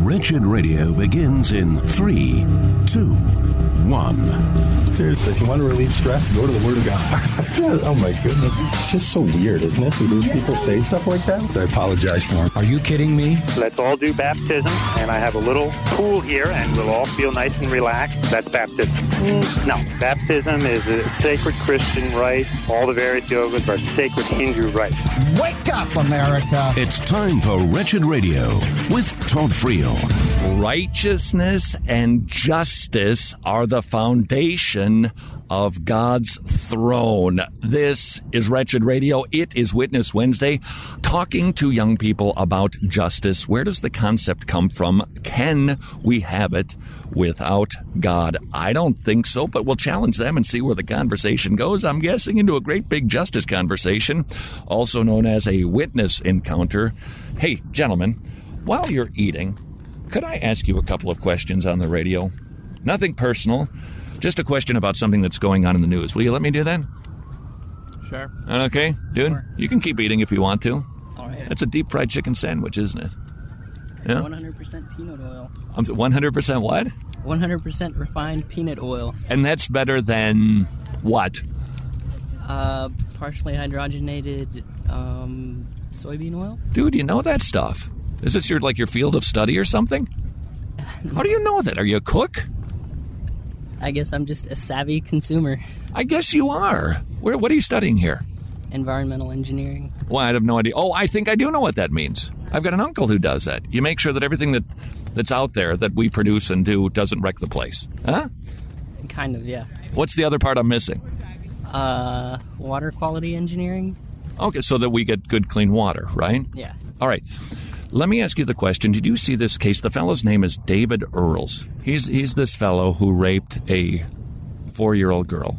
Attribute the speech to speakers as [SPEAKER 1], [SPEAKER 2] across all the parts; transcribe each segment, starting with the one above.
[SPEAKER 1] Wretched Radio begins in three, two, one.
[SPEAKER 2] Seriously, if you want to relieve stress, go to the Word of God. oh my goodness, it's just so weird, isn't it? Do these people say stuff like that? I apologize for them.
[SPEAKER 3] Are you kidding me?
[SPEAKER 4] Let's all do baptism, and I have a little pool here, and we'll all feel nice and relaxed. That's baptism. Mm, No, baptism is a sacred Christian rite. All the various yogas are sacred Hindu rites.
[SPEAKER 5] Wake up, America.
[SPEAKER 1] It's time for Wretched Radio with Todd Friel.
[SPEAKER 6] Righteousness and justice are the foundation of God's throne. This is Wretched Radio. It is Witness Wednesday, talking to young people about justice. Where does the concept come from? Can we have it without God? I don't think so, but we'll challenge them and see where the conversation goes. I'm guessing into a great big justice conversation, also known as a witness encounter. Hey, gentlemen, while you're eating, could I ask you a couple of questions on the radio? Nothing personal, just a question about something that's going on in the news. Will you let me do that?
[SPEAKER 7] Sure.
[SPEAKER 6] Okay, dude. You can keep eating if you want to.
[SPEAKER 7] All right.
[SPEAKER 6] That's a deep fried chicken sandwich, isn't it? Yeah.
[SPEAKER 7] 100% peanut oil.
[SPEAKER 6] I'm 100% what?
[SPEAKER 7] 100% refined peanut oil.
[SPEAKER 6] And that's better than what?
[SPEAKER 7] Uh, partially hydrogenated um, soybean oil.
[SPEAKER 6] Dude, you know that stuff. Is this your like your field of study or something? How do you know that? Are you a cook?
[SPEAKER 7] I guess I'm just a savvy consumer.
[SPEAKER 6] I guess you are. Where, what are you studying here?
[SPEAKER 7] Environmental engineering.
[SPEAKER 6] Well, I have no idea. Oh, I think I do know what that means. I've got an uncle who does that. You make sure that everything that that's out there that we produce and do doesn't wreck the place. Huh?
[SPEAKER 7] Kind of, yeah.
[SPEAKER 6] What's the other part I'm missing?
[SPEAKER 7] Uh, water quality engineering?
[SPEAKER 6] Okay, so that we get good clean water, right?
[SPEAKER 7] Yeah.
[SPEAKER 6] All right. Let me ask you the question. Did you see this case? The fellow's name is David Earls. He's he's this fellow who raped a four-year-old girl.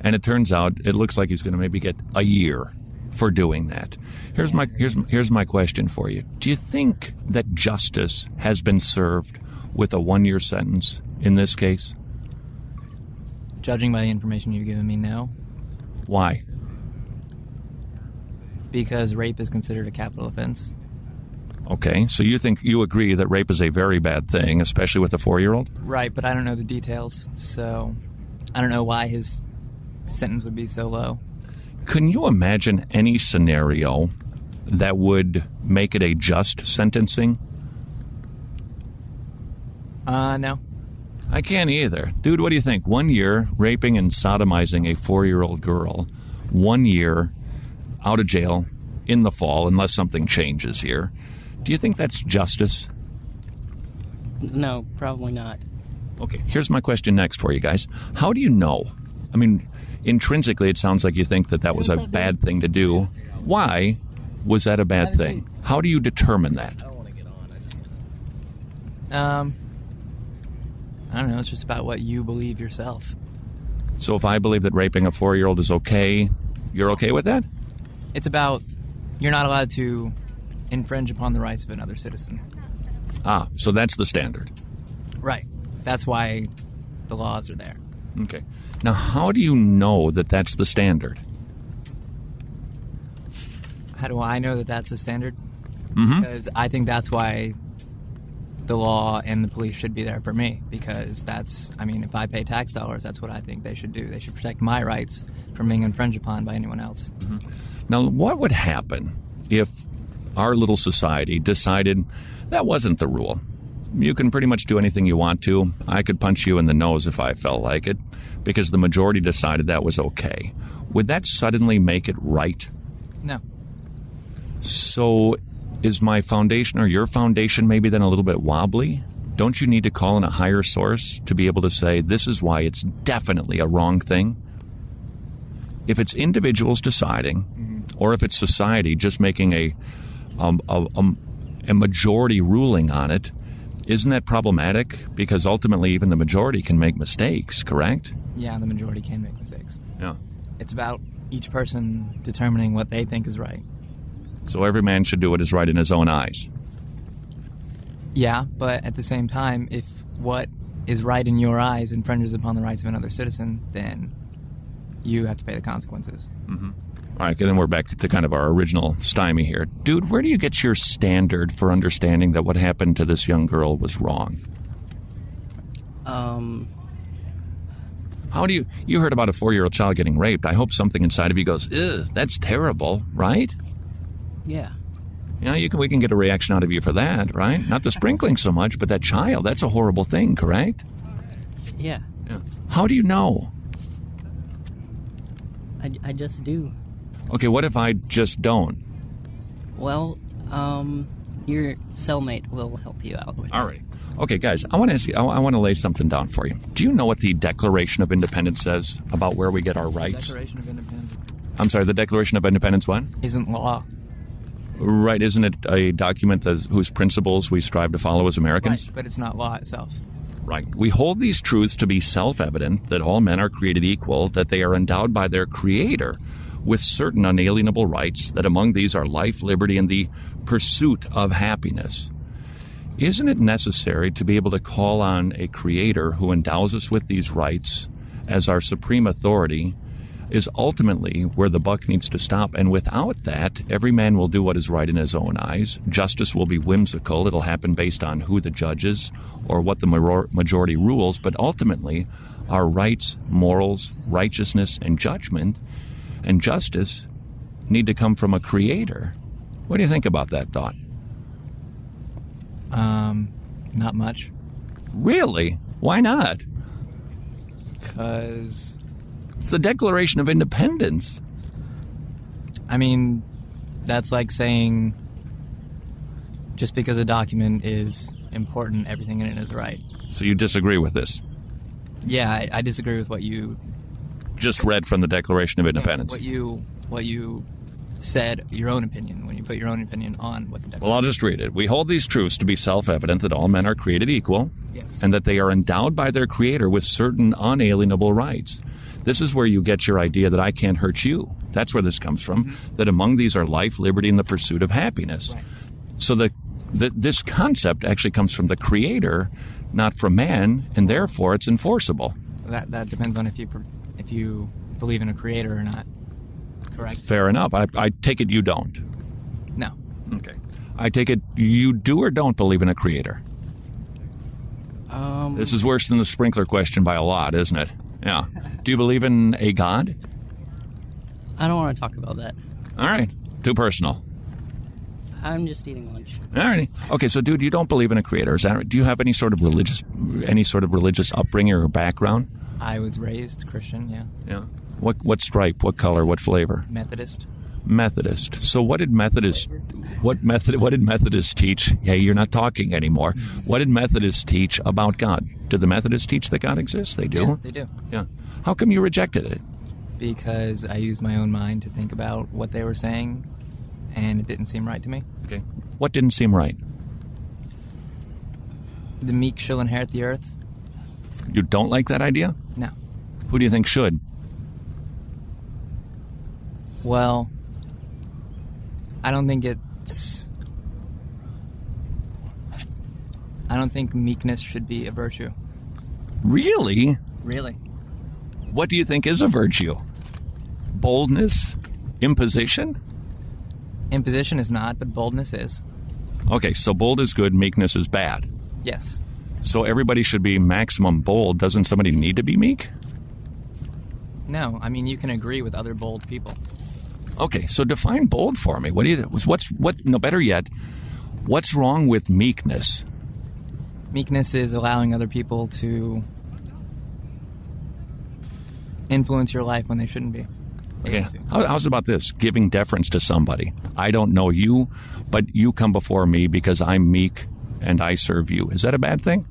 [SPEAKER 6] And it turns out it looks like he's going to maybe get a year for doing that. Here's my here's here's my question for you. Do you think that justice has been served with a one-year sentence in this case?
[SPEAKER 8] Judging by the information you've given me, no.
[SPEAKER 6] Why?
[SPEAKER 8] Because rape is considered a capital offense.
[SPEAKER 6] Okay, so you think you agree that rape is a very bad thing, especially with a four-year-old?
[SPEAKER 8] Right, but I don't know the details, so I don't know why his sentence would be so low.
[SPEAKER 6] Can you imagine any scenario that would make it a just sentencing?
[SPEAKER 8] Uh, no.
[SPEAKER 6] I can't either. Dude, what do you think? One year raping and sodomizing a four year old girl, one year out of jail in the fall, unless something changes here. Do you think that's justice?
[SPEAKER 7] No, probably not.
[SPEAKER 6] Okay, here's my question next for you guys. How do you know? I mean, intrinsically, it sounds like you think that that was a bad thing to do. Why was that a bad thing? How do you determine that?
[SPEAKER 8] Um, I don't know. It's just about what you believe yourself.
[SPEAKER 6] So if I believe that raping a four year old is okay, you're okay with that?
[SPEAKER 8] It's about you're not allowed to infringe upon the rights of another citizen.
[SPEAKER 6] Ah, so that's the standard.
[SPEAKER 8] Right. That's why the laws are there.
[SPEAKER 6] Okay. Now, how do you know that that's the standard?
[SPEAKER 8] How do I know that that's the standard? Because I think that's why the law and the police should be there for me. Because that's, I mean, if I pay tax dollars, that's what I think they should do. They should protect my rights from being infringed upon by anyone else.
[SPEAKER 6] Now, what would happen if our little society decided that wasn't the rule? You can pretty much do anything you want to. I could punch you in the nose if I felt like it, because the majority decided that was okay. Would that suddenly make it right?
[SPEAKER 8] No.
[SPEAKER 6] So, is my foundation or your foundation maybe then a little bit wobbly? Don't you need to call in a higher source to be able to say this is why it's definitely a wrong thing? If it's individuals deciding, or if it's society just making a um, a, um, a majority ruling on it, isn't that problematic? Because ultimately, even the majority can make mistakes. Correct?
[SPEAKER 8] Yeah, the majority can make mistakes.
[SPEAKER 6] Yeah.
[SPEAKER 8] It's about each person determining what they think is right.
[SPEAKER 6] So every man should do what is right in his own eyes.
[SPEAKER 8] Yeah, but at the same time, if what is right in your eyes infringes upon the rights of another citizen, then you have to pay the consequences.
[SPEAKER 6] All right, then we're back to kind of our original stymie here. Dude, where do you get your standard for understanding that what happened to this young girl was wrong?
[SPEAKER 7] Um,
[SPEAKER 6] How do you you heard about a 4-year-old child getting raped? I hope something inside of you goes, "Ugh, that's terrible," right?
[SPEAKER 7] yeah.
[SPEAKER 6] You know, you can we can get a reaction out of you for that, right? Not the sprinkling so much, but that child, that's a horrible thing, correct?
[SPEAKER 7] Yeah.
[SPEAKER 6] How do you know?
[SPEAKER 7] I, I just do.
[SPEAKER 6] Okay, what if I just don't?
[SPEAKER 7] Well, um, your cellmate will help you out with
[SPEAKER 6] All right. Okay, guys, I want to ask you, I, I want to lay something down for you. Do you know what the Declaration of Independence says about where we get our rights?
[SPEAKER 8] Declaration of Independence
[SPEAKER 6] I'm sorry, the Declaration of Independence what?
[SPEAKER 8] isn't law.
[SPEAKER 6] Right, isn't it a document that, whose principles we strive to follow as Americans?
[SPEAKER 8] But it's not law itself.
[SPEAKER 6] Right. We hold these truths to be self evident that all men are created equal, that they are endowed by their Creator with certain unalienable rights, that among these are life, liberty, and the pursuit of happiness. Isn't it necessary to be able to call on a Creator who endows us with these rights as our supreme authority? Is ultimately where the buck needs to stop. And without that, every man will do what is right in his own eyes. Justice will be whimsical. It'll happen based on who the judge is or what the major- majority rules. But ultimately, our rights, morals, righteousness, and judgment and justice need to come from a creator. What do you think about that thought?
[SPEAKER 8] Um, not much.
[SPEAKER 6] Really? Why not?
[SPEAKER 8] Because,
[SPEAKER 6] It's the Declaration of Independence.
[SPEAKER 8] I mean, that's like saying just because a document is important, everything in it is right.
[SPEAKER 6] So you disagree with this?
[SPEAKER 8] Yeah, I, I disagree with what you
[SPEAKER 6] Just read from the Declaration of Independence.
[SPEAKER 8] what you what you said your own opinion when you put your own opinion on what the declaration
[SPEAKER 6] Well, I'll just read it. We hold these truths to be self evident that all men are created equal,
[SPEAKER 8] Yes.
[SPEAKER 6] and that they are endowed by their Creator with certain unalienable rights. This is where you get your idea that I can't hurt you. That's where this comes from. That among these are life, liberty, and the pursuit of happiness. So the, the this concept actually comes from the Creator, not from man, and therefore it's enforceable.
[SPEAKER 8] that that depends on if you per- if you believe in a creator or not correct
[SPEAKER 6] Fair enough. I, I take it you don't.
[SPEAKER 8] no
[SPEAKER 6] Okay. I take it you do or don't believe in a Creator.
[SPEAKER 7] Um,
[SPEAKER 6] This is worse than the sprinkler question by a lot, isn't it? Yeah. Do you believe in a God?
[SPEAKER 7] I don't want to talk about that.
[SPEAKER 6] All right. Too personal.
[SPEAKER 7] I'm just eating lunch.
[SPEAKER 6] All right. Okay, so dude, you don't believe in a creator. Is that right? Do you have any sort of religious any sort of religious upbringing or background?
[SPEAKER 8] i was raised christian yeah
[SPEAKER 6] Yeah. What what stripe, what color, what flavor?
[SPEAKER 8] methodist
[SPEAKER 6] Methodist. So what did Methodist what method what did Methodists teach? Hey, you're not talking anymore. What did Methodists teach about God? Did the Methodists teach that God exists? They do.
[SPEAKER 8] yeah they do
[SPEAKER 6] yeah. How come you rejected it?
[SPEAKER 8] because i used my own mind to think about what they were saying and it didn't seem right to me
[SPEAKER 6] Okay. What didn't seem right?
[SPEAKER 8] the meek shall inherit the earth
[SPEAKER 6] You don't like that idea?
[SPEAKER 8] no
[SPEAKER 6] Who do you think should?
[SPEAKER 8] well i don't think it's i don't think meekness should be a virtue
[SPEAKER 6] Really?
[SPEAKER 8] really
[SPEAKER 6] What do you think is a virtue? Boldness? Imposition?
[SPEAKER 8] Imposition is not, but boldness is.
[SPEAKER 6] Okay, so bold is good, meekness is bad.
[SPEAKER 8] Yes.
[SPEAKER 6] So everybody should be maximum bold. Doesn't somebody need to be meek?
[SPEAKER 8] No, I mean you can agree with other bold people.
[SPEAKER 6] Okay, so define bold for me. What do you what's what no better yet, what's wrong with meekness?
[SPEAKER 8] Meekness is allowing other people to influence your life when they shouldn't be.
[SPEAKER 6] Okay. How, how's about this? Giving deference to somebody. I don't know you, but you come before me because I'm meek and I serve you. Is that a bad thing?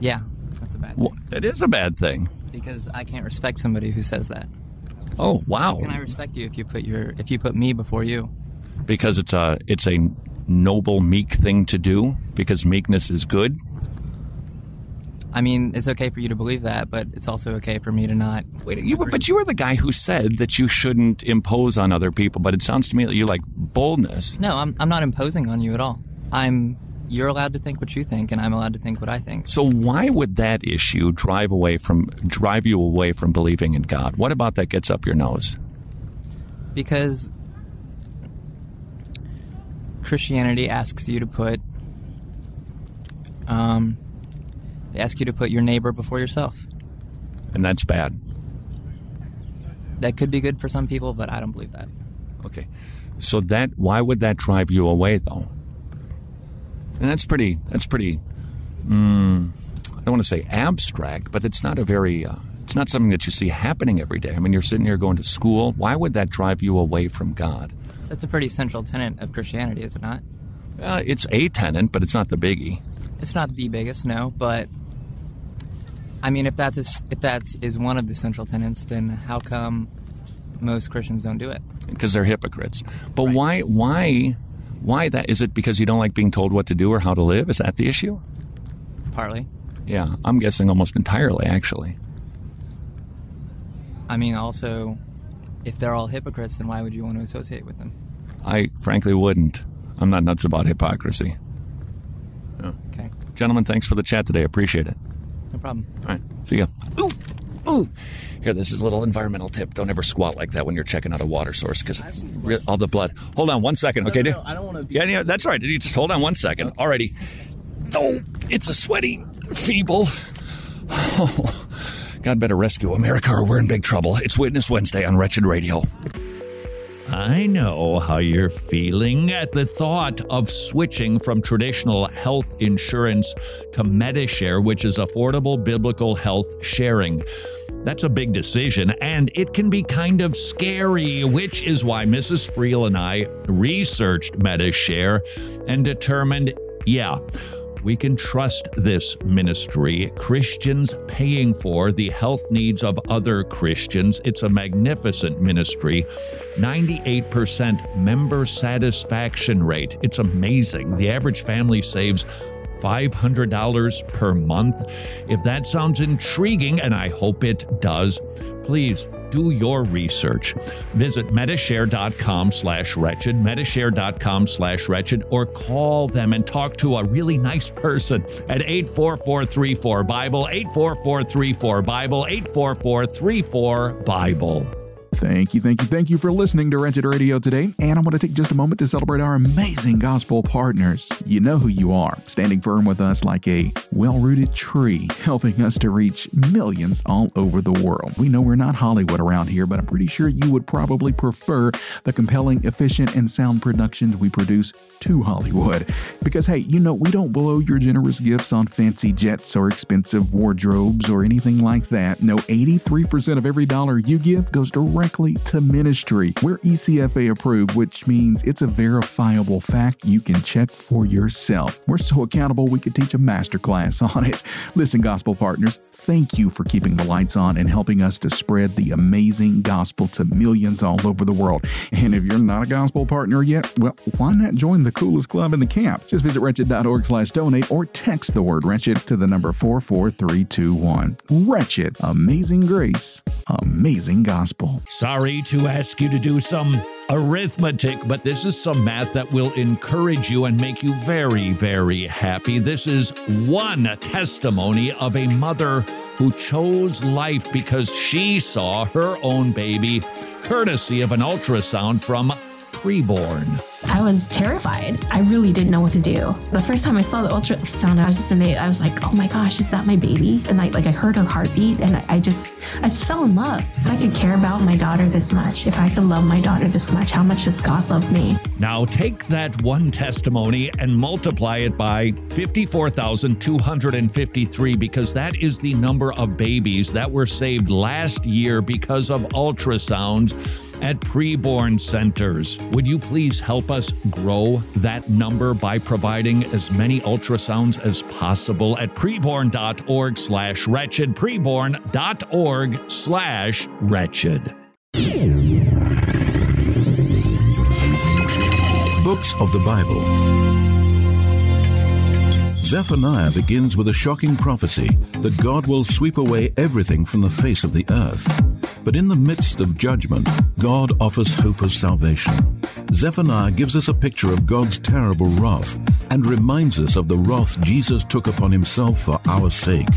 [SPEAKER 8] Yeah, that's a bad thing.
[SPEAKER 6] Well, it is a bad thing.
[SPEAKER 8] Because I can't respect somebody who says that.
[SPEAKER 6] Oh wow!
[SPEAKER 8] Can I respect you if you put your if you put me before you?
[SPEAKER 6] Because it's a it's a noble, meek thing to do. Because meekness is good.
[SPEAKER 8] I mean, it's okay for you to believe that, but it's also okay for me to not.
[SPEAKER 6] Wait, you were- but you were the guy who said that you shouldn't impose on other people. But it sounds to me that you like boldness.
[SPEAKER 8] No, I'm I'm not imposing on you at all. I'm you're allowed to think what you think and I'm allowed to think what I think.
[SPEAKER 6] So why would that issue drive away from drive you away from believing in God? What about that gets up your nose?
[SPEAKER 8] because Christianity asks you to put um, they ask you to put your neighbor before yourself.
[SPEAKER 9] And that's bad.
[SPEAKER 8] That could be good for some people, but I don't believe that.
[SPEAKER 9] Okay. So that why would that drive you away though? And that's pretty. That's pretty. Mm, I don't want to say abstract, but it's not a very. Uh, it's not something that you see happening every day. I mean, you're sitting here going to school. Why would that drive you away from God?
[SPEAKER 8] That's a pretty central tenet of Christianity, is it not?
[SPEAKER 9] Uh, it's a tenant, but it's not the biggie.
[SPEAKER 8] It's not the biggest, no, but I mean, if that's if that is one of the central tenets, then how come most Christians don't do it?
[SPEAKER 9] because they're hypocrites. But why, why, why that? Is it because you don't like being told what to do or how to live? Is that the issue?
[SPEAKER 8] Partly,
[SPEAKER 9] Yeah, I'm guessing almost entirely, actually.
[SPEAKER 8] I mean, also, if they're all hypocrites, then why would you want to associate with them?
[SPEAKER 9] I frankly wouldn't. I'm not nuts about hypocrisy.
[SPEAKER 8] Okay,
[SPEAKER 9] Gentlemen, thanks for the chat today. Appreciate it.
[SPEAKER 8] no problem.
[SPEAKER 9] All right, see ya. Ooh, ooh. Here, this is a little environmental tip. Don't ever squat like that when you're checking out a water source because all the blood. Hold on one second, okay?
[SPEAKER 10] no, I don't wanna be- Oh.
[SPEAKER 9] Yeah, yeah, that's all right. You just hold on one second. Alrighty. Though it's a sweaty, feeble. Oh, God better rescue America or we're in big trouble. It's Witness Wednesday on Wretched Radio.
[SPEAKER 6] I know how you're feeling at the thought of switching from traditional health insurance to Medishare, which is affordable biblical health sharing. That's a big decision, and it can be kind of scary, which is why Mrs. Freel and I researched Medishare and determined yeah, we can trust this ministry, Christians paying for the health needs of other Christians. It's a magnificent ministry. 98% member satisfaction rate. It's amazing. The average family saves $500 per month. If that sounds intriguing, and I hope it does, please do your research. Visit metashare.com slash wretched, metashare.com slash wretched, or call them and talk to a really nice person at 844-34-BIBLE, 844-34-BIBLE, 844-34-BIBLE.
[SPEAKER 11] Thank you, thank you, thank you for listening to Rented Radio today. And I want to take just a moment to celebrate our amazing gospel partners. You know who you are, standing firm with us like a well rooted tree, helping us to reach millions all over the world. We know we're not Hollywood around here, but I'm pretty sure you would probably prefer the compelling, efficient, and sound productions we produce to Hollywood. Because, hey, you know, we don't blow your generous gifts on fancy jets or expensive wardrobes or anything like that. No, 83% of every dollar you give goes directly to ministry. We're E ECFA approved, which means it's a verifiable fact you can check for yourself. We're so accountable, we could teach a masterclass on it. Listen, gospel partners, thank you for keeping the lights on and helping us to spread the amazing gospel to millions all over the world. And if you're not a gospel partner yet, well, why not join the coolest club in the camp? Just visit wretched.org slash donate or text the word wretched to the number 44321. Wretched, amazing grace, amazing gospel.
[SPEAKER 6] Sorry to ask you to do some arithmetic, but this is some math that will encourage you and make you very, very happy. This is one testimony of a mother who chose life because she saw her own baby, courtesy of an ultrasound from preborn.
[SPEAKER 12] I was terrified. I really didn't know what to do. The first time I saw the ultrasound, I was just amazed. I was like, "Oh my gosh, is that my baby?" And like, like I heard her heartbeat, and I, I just, I just fell in love. If I could care about my daughter this much, if I could love my daughter this much, how much does God love me?
[SPEAKER 6] Now take that one testimony and multiply it by 54,253 because that is the number of babies that were saved last year because of ultrasounds at preborn centers. Would you please help us grow that number by providing as many ultrasounds as possible at preborn.org slash wretched, preborn.org slash wretched.
[SPEAKER 1] Books of the Bible. Zephaniah begins with a shocking prophecy that God will sweep away everything from the face of the earth. But in the midst of judgment, God offers hope of salvation. Zephaniah gives us a picture of God's terrible wrath and reminds us of the wrath Jesus took upon himself for our sake.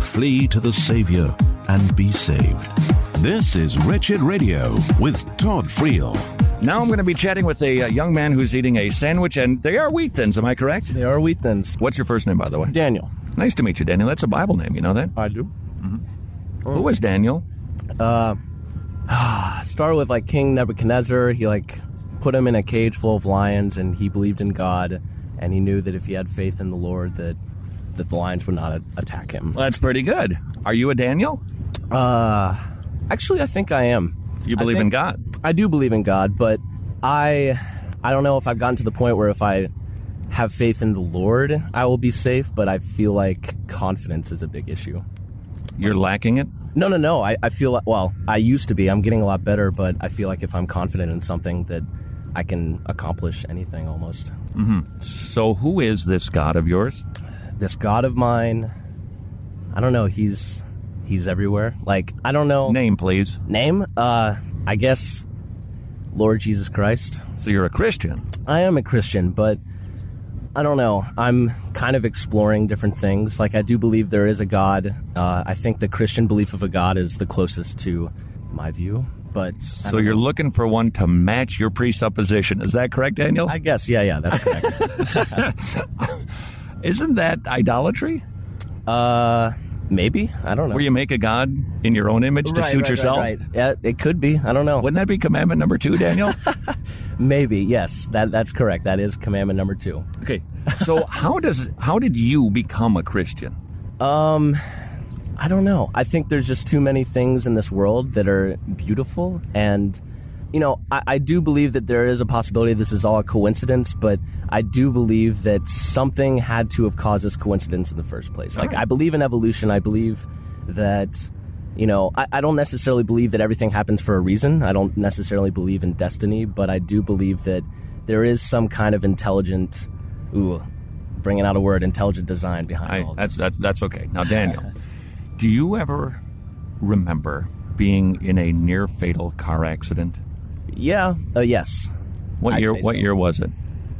[SPEAKER 1] Flee to the Savior and be saved. This is Wretched Radio with Todd Friel.
[SPEAKER 6] Now I'm going to be chatting with a uh, young man who's eating a sandwich, and they are wheat thins. Am I correct?
[SPEAKER 12] They are wheat thins.
[SPEAKER 6] What's your first name, by the way?
[SPEAKER 12] Daniel.
[SPEAKER 6] Nice to meet you, Daniel. That's a Bible name. You know that? Mm-hmm.
[SPEAKER 12] I do. Oh.
[SPEAKER 6] Who is Daniel?
[SPEAKER 12] Uh, started with like King Nebuchadnezzar. He like put him in a cage full of lions, and he believed in God, and he knew that if he had faith in the Lord, that that the lions would not a- attack him.
[SPEAKER 6] That's pretty good. Are you a Daniel?
[SPEAKER 12] Uh, actually, I think I am.
[SPEAKER 6] You
[SPEAKER 12] I
[SPEAKER 6] believe in
[SPEAKER 12] think-
[SPEAKER 6] God?
[SPEAKER 12] I do believe in God, but I I don't know if I've gotten to the point where if I have faith in the Lord, I will be safe. But I feel like confidence is a big issue.
[SPEAKER 6] You're lacking it.
[SPEAKER 12] No, no, no. I, I feel like, well, I used to be. I'm getting a lot better, but I feel like if I'm confident in something, that I can accomplish anything almost.
[SPEAKER 6] Mm-hmm. So who is this God of yours?
[SPEAKER 12] This God of mine, I don't know. He's he's everywhere. Like I don't know.
[SPEAKER 6] Name, please.
[SPEAKER 12] Name. Uh, I guess Lord Jesus Christ.
[SPEAKER 6] So you're a Christian.
[SPEAKER 12] I am a Christian, but I don't know. I'm kind of exploring different things. Like I do believe there is a God. Uh, I think the Christian belief of a God is the closest to my view. But I
[SPEAKER 6] So
[SPEAKER 12] don't
[SPEAKER 6] you're looking for one to match your presupposition. Is that correct, Daniel?
[SPEAKER 12] I guess. Yeah, yeah, that's correct.
[SPEAKER 6] Isn't that idolatry?
[SPEAKER 12] Uh, maybe. I don't know.
[SPEAKER 6] Where you make a god in your own image to
[SPEAKER 12] Right,
[SPEAKER 6] suit
[SPEAKER 12] right,
[SPEAKER 6] yourself?
[SPEAKER 12] right, right. Yeah, it could be. I don't know.
[SPEAKER 6] Wouldn't that be commandment number two, Daniel?
[SPEAKER 12] Maybe. Yes, that that's correct. That is commandment number two.
[SPEAKER 6] okay. So how does how did you become a Christian?
[SPEAKER 12] Um, I don't know. I think there's just too many things in this world that are beautiful and. You know, I, I do believe that there is a possibility this is all a coincidence, but I do believe that something had to have caused this coincidence in the first place. Like, I believe in evolution. I believe that, you know, I, I don't necessarily believe that everything happens for a reason. I don't necessarily believe in destiny, but I do believe that there is some kind of intelligent, ooh, bringing out a word, intelligent design behind
[SPEAKER 6] I,
[SPEAKER 12] all of
[SPEAKER 6] that's that's that's okay. Now, Daniel, do you ever remember being in a near fatal car accident?
[SPEAKER 12] Yeah. Uh, yes.
[SPEAKER 6] What
[SPEAKER 12] I'd
[SPEAKER 6] year?
[SPEAKER 12] say
[SPEAKER 6] What
[SPEAKER 12] so.
[SPEAKER 6] year was it?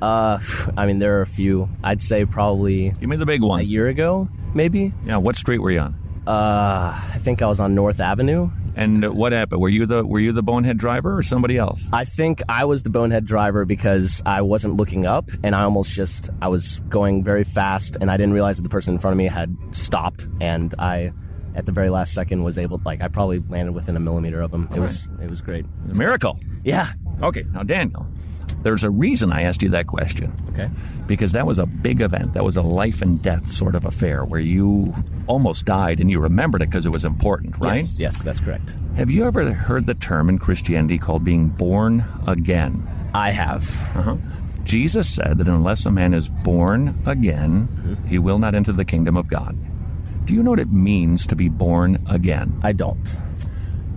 [SPEAKER 12] Uh, I mean, there are a few. I'd say probably
[SPEAKER 6] Give me the big one.
[SPEAKER 12] a year ago, maybe.
[SPEAKER 6] Yeah. What street were you on?
[SPEAKER 12] Uh, I think I was on North Avenue.
[SPEAKER 6] And uh, what happened? Were you the Were you the bonehead driver or somebody else?
[SPEAKER 12] I think I was the bonehead driver because I wasn't looking up, and I almost just I was going very fast, and I didn't realize that the person in front of me had stopped, and I. At the very last second, was able like I probably landed within a millimeter of him. It was it was great.
[SPEAKER 6] A miracle.
[SPEAKER 12] Yeah.
[SPEAKER 6] Okay. Now, Daniel, there's a reason I asked you that question.
[SPEAKER 12] Okay.
[SPEAKER 6] Because that was a big event. That was a life and death sort of affair where you almost died and you remembered it because it was important, right?
[SPEAKER 12] Yes, yes, that's correct.
[SPEAKER 6] Have you ever heard the term in Christianity called being born again?
[SPEAKER 12] I have.
[SPEAKER 6] Uh-huh. Jesus said that unless a man is born again,
[SPEAKER 12] Mm-hmm.
[SPEAKER 6] he will not enter the kingdom of God. Do you know what it means to be born again?
[SPEAKER 12] I don't.